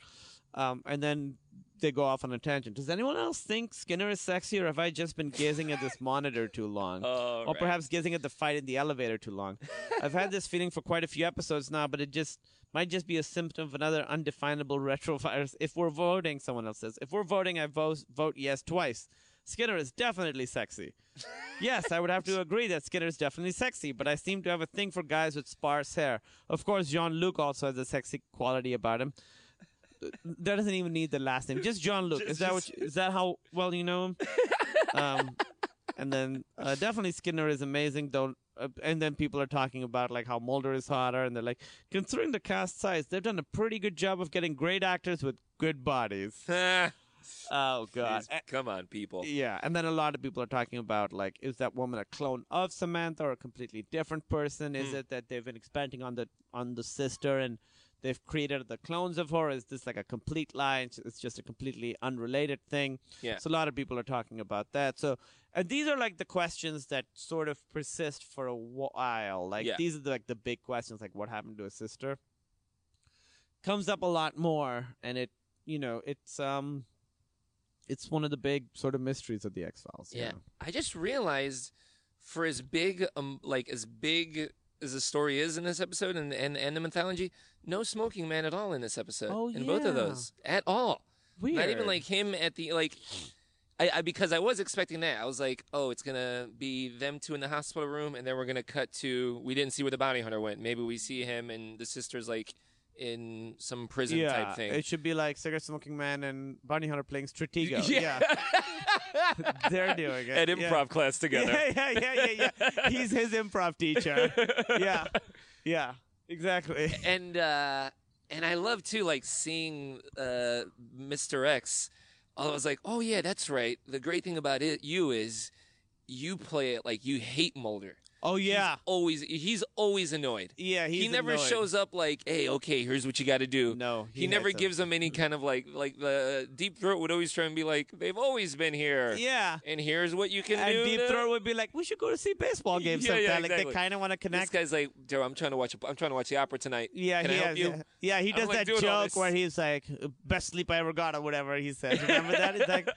Um, and then they go off on a tangent. Does anyone else think Skinner is sexy, or have I just been gazing at this monitor too long?
Oh,
or
right.
perhaps gazing at the fight in the elevator too long. I've had this feeling for quite a few episodes now, but it just might just be a symptom of another undefinable retrovirus. If we're voting, someone else says, if we're voting, I vote, vote yes twice. Skinner is definitely sexy. yes, I would have to agree that Skinner is definitely sexy, but I seem to have a thing for guys with sparse hair. Of course, Jean Luc also has a sexy quality about him. That doesn't even need the last name. Just Jean Luc. Is that what? You, is that how well you know him? Um, and then uh, definitely Skinner is amazing. Don't uh, and then people are talking about like how Mulder is hotter, and they're like, considering the cast size, they've done a pretty good job of getting great actors with good bodies.
Ah,
Oh god, E
jeez, come on, people.
yeah, and then a lot of people are talking about like, is that woman a clone of Samantha or a completely different person? Is
Hmm.
it that they've been expanding on the on the sister and they've created the clones of her? Is this like a complete lie? It's- It's just a completely unrelated thing.
Yeah.
So a lot of people are talking about that. So and these are like the questions that sort of persist for a while. Like
Yeah.
these are the, like the big questions, like what happened to a sister. Comes up a lot more, and it you know it's um it's one of the big sort of mysteries of the X Files.
Yeah. I just realized for as big um like as big as the story is in this episode and and, and the mythology, no smoking man at all in this episode.
Oh,
in both of
yeah.
those. At all.
Weird.
Not even like him at the like I, I because I was expecting that. I was like, oh, it's gonna be them two in the hospital room and then we're gonna cut to we didn't see where the bounty hunter went. Maybe we see him and the sisters like in some prison
yeah,
type thing.
it should be like cigarette smoking man and Bunny Hunter playing Stratego.
Yeah.
Yeah, they're doing it.
At
Yeah.
improv class together.
Yeah, yeah, yeah, yeah, yeah. He's his improv teacher. Yeah, yeah, exactly.
and uh and I love too like seeing uh Mr. X. I was like, "Oh yeah, that's right. The great thing about it you is you play it like you hate Mulder.
Oh yeah,
Always he's always annoyed.
yeah. He's
he never
annoyed.
shows up like, "Hey, okay, here's what you got to do."
No, he
He, never
hates 'em.
gives them any kind of like like the deep throat would always try and be like, "They've always been here."
Yeah.
And here's what you can do.
And Deep
to-
Throat would be like, "We should go to see baseball games
Yeah,
sometime."
yeah,
Like
exactly.
they kind of want to
This
connect.
guy's like, "Joe, I'm trying to watch i I'm trying to watch the opera tonight.
Yeah,
can
he
I help
has.
you?"
Yeah, Yeah, he
I'm,
does
like,
that
doing all this.
joke where he's like, "Best sleep I ever got" or whatever he says. Remember that? It's like,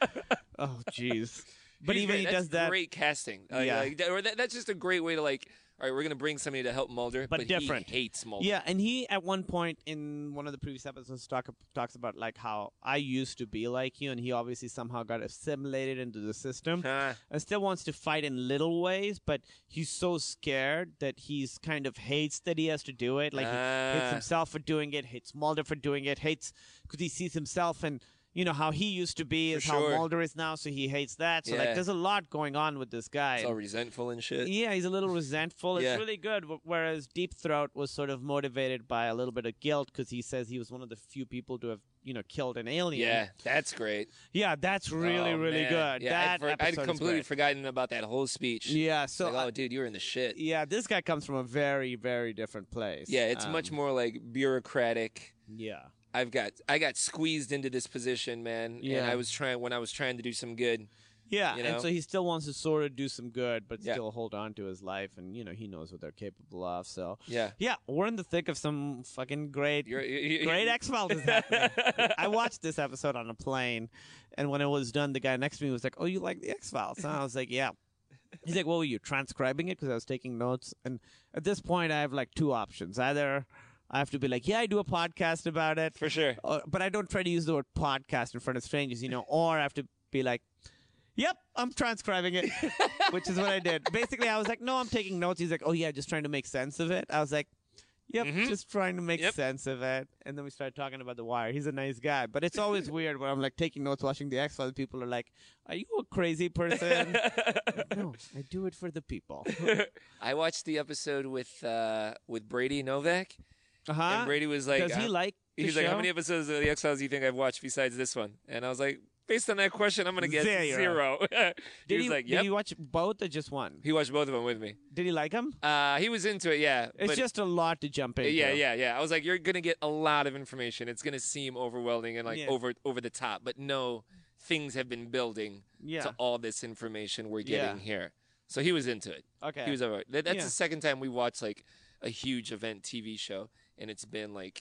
oh, jeez. But
He's
even
great.
he
That's
does that.
Great casting. Like,
Yeah.
like, that- or that, that's just a great way to like. All right, we're gonna bring somebody to help Mulder, but,
But different.
He hates Mulder.
Yeah, and he at one point in one of the previous episodes talk, talks about like how I used to be like you, and he obviously somehow got assimilated into the system.
Ah,
and still wants to fight in little ways, but he's so scared that he's kind of hates that he has to do it. Like he
Ah.
hates himself for doing it, hates Mulder for doing it, hates because he sees himself and you know, how he used to be
For
is
sure.
how Mulder is now, so he hates that. So
Yeah.
like, there's a lot going on with this guy.
It's all resentful and shit.
yeah, he's a little resentful. It's
Yeah.
really good. wh- Whereas Deep Throat was sort of motivated by a little bit of guilt because he says he was one of the few people to have, you know, killed an alien.
Yeah, that's great.
Yeah, that's really,
Oh,
really
man.
good.
Yeah,
that
I'd, for- I'd
episode is
completely
great.
forgotten about that whole speech.
Yeah, so
like,
I-
oh, dude, you were in the shit.
yeah, this guy comes from a very, very different place.
Yeah, it's much
Um,
more like bureaucratic.
Yeah.
I've got I got squeezed into this position, man.
Yeah.
And I was trying when I was trying to do some good.
Yeah,
you know?
and so he still wants to sort of do some good, but
Yeah.
still hold on to his life, and you know he knows what they're capable of. So
Yeah.
yeah, we're in the thick of some fucking great,
You're, you you-
great X Files is happening. I watched this episode on a plane, and when it was done, the guy next to me was like, "Oh, you like the X Files?" And I was like, "Yeah." He's like, "What were you transcribing it?" Because I was taking notes, and at this point, I have like two options: either I have to be like, "Yeah, I do a podcast about it,"
for sure.
or, Uh, but I don't try to use the word podcast in front of strangers, you know, or I have to be like, yep, I'm transcribing it, which is what I did. Basically, I was like, no, I'm taking notes. He's like, oh, yeah, just trying to make sense of it. I was like, yep, just trying to make
Mm-hmm. Yep.
sense of it. And then we started talking about The Wire. He's a nice guy, but it's always weird when I'm like taking notes, watching The X Files. People are like, are you a crazy person? no, I do it for the people.
I watched the episode with uh with Brady Novak,
Uh-huh.
and Brady was like,
Does he
uh,
like the
He's like, how
show?"
many episodes of The X Files do you think I've watched besides this one? And I was like, based on that question, I'm gonna guess
Zero.
zero. he
Did
was
he,
like,
did
yep.
he watch both or just one?
He watched both of them with me.
Did he like him?
Uh, he was into it, yeah.
It's
but-
just a lot to jump into.
yeah, yeah, yeah. I was like, you're gonna get a lot of information. It's gonna seem overwhelming and like
Yeah.
over over the top, but no, things have been building
Yeah.
to all this information we're
Yeah.
getting here. So he was into it.
Okay.
He was over. That, that's
Yeah.
the second time we watched like a huge event TV show, and it's been like,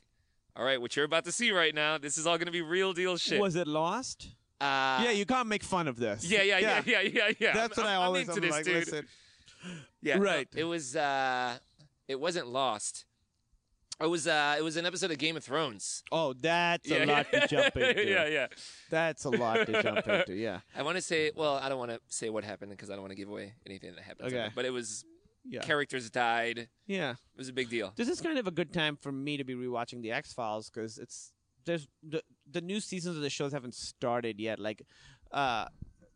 all right, what you're about to see right now, this is all gonna be real deal shit.
Was it Lost?
uh,
yeah, you can't make fun of this.
yeah, yeah, yeah, yeah, yeah, yeah.
That's
I'm,
what i
I'm- I'm
always
into
I'm
this,
like.
dude.
Listen,
Yeah. no,
Right.
It was uh it wasn't lost. It was uh it was an episode of Game of Thrones.
oh, that's a lot to jump into.
yeah, yeah.
That's a lot to jump into. Yeah,
I want to say well, I don't want to say what happened because I don't want to give away anything that happened.
Okay.
But it was
yeah,
characters died. It
yeah.
was a big deal.
This is kind of a good time for me to be rewatching the X Files because it's there's the the new seasons of the shows haven't started yet. Like, uh,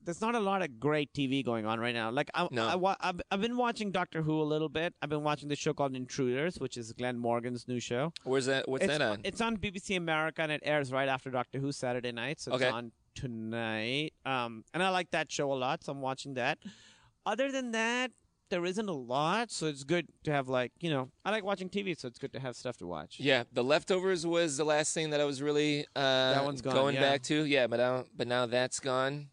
there's not a lot of great TV going on right now. Like, I,
No.
I, wa- I've, I've been watching Doctor Who a little bit. I've been watching this show called Intruders, which is Glenn Morgan's new show.
Where's that what's
it's,
that on?
It's on BBC America and it airs right after Doctor Who Saturday night, so
Okay.
it's on tonight. Um, and I like that show a lot, so I'm watching that. Other than that, there isn't a lot, so it's good to have like you know I like watching TV, so it's good to have stuff to watch.
yeah, The Leftovers was the last thing that I was really uh that
one's gone,
going
yeah.
back to. Yeah, but now but now that's gone.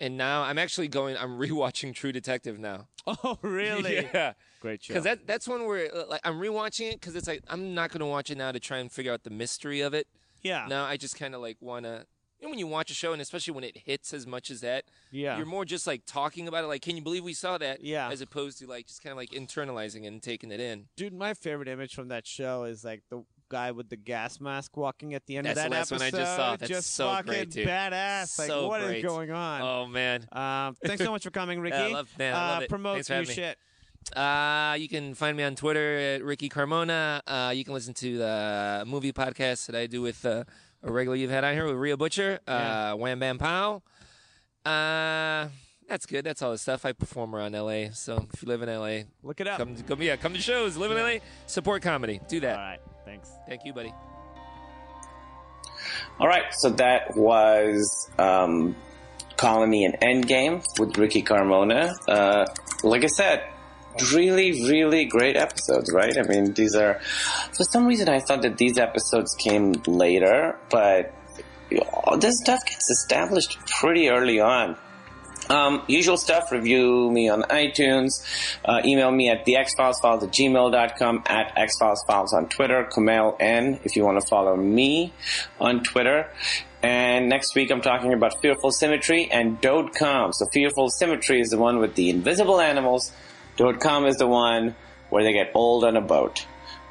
And now I'm actually going I'm rewatching True Detective now.
Oh really?
Yeah.
Great show.
Because that that's one where uh, like I'm rewatching it because it's like I'm not gonna watch it now to try and figure out the mystery of it.
yeah.
Now I just kind of like wanna. You know, when you watch a show and especially when it hits as much as that,
Yeah.
you're more just like talking about it. Like, can you believe we saw that?
Yeah.
As opposed to like just kind of like internalizing it and taking it in.
Dude, my favorite image from that show is like the guy with the gas mask walking at the end
That's
of
the
that
last one I
episode.
just saw. That's
just
so
fucking
great, dude.
badass. Like, what
So
is
great.
going on?
Oh man,
Um, thanks so much for coming, Ricky.
Yeah, I love- man, I
uh,
love it.
Promote
Thanks for
new
having me.
shit.
uh, you can find me on Twitter at Ricky Carmona. Uh, you can listen to the movie podcast that I do with uh, a regular you've had on here with Rhea Butcher, uh, Wham Bam Pow. Uh, that's good. That's all the stuff I perform around LA. So if you live in LA,
Look it up.
come, come yeah, Uh, come to shows. Live in LA. Support comedy. Do that.
All right. Thanks.
Thank you, buddy.
All right, so that was um, Colony and Endgame with Ricky Carmona. Uh, like I said, really, really great episodes, right? I mean, these are. For some reason, I thought that these episodes came later, but you know, this stuff gets established pretty early on. Um, usual stuff, review me on iTunes, uh, email me at thexfilesfiles at gmail.com, at xfilesfiles on Twitter, Kumail N if you want to follow me on Twitter. And next week I'm talking about Fearful Symmetry and Dodecom. So Fearful Symmetry is the one with the invisible animals. Dodecom is the one where they get old on a boat.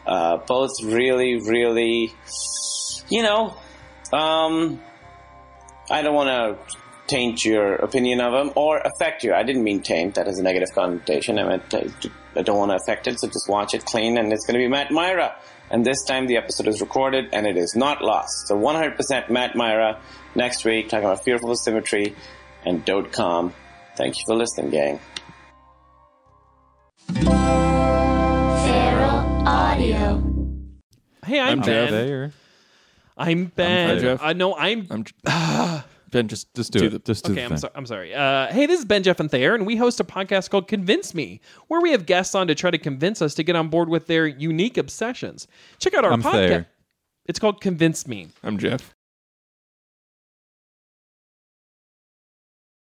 Uh, both really, really, you know, um, I don't want to taint your opinion of them or affect you. I didn't mean taint. That has a negative connotation. I meant t- t-
I don't want to affect it, so just watch it clean, and it's going to be Matt Myra. And this time the episode is recorded and it is not lost. So 100% Matt Myra next week, talking about Fearful Symmetry and Dotcom. Thank you for listening, gang.
Feral Audio.
Hey, I'm, Ben. I'm
Hi,
Ben.
Jeff.
I know I'm.
I'm Ben. Just just do the just do
okay,
the
I'm,
thing.
so- I'm sorry. Uh, hey, this is Ben, Jeff, and Thayer, and we host a podcast called Convince Me, where we have guests on to try to convince us to get on board with their unique obsessions. Check out our
I'm
podcast.
Thayer.
It's called Convince Me.
I'm Jeff.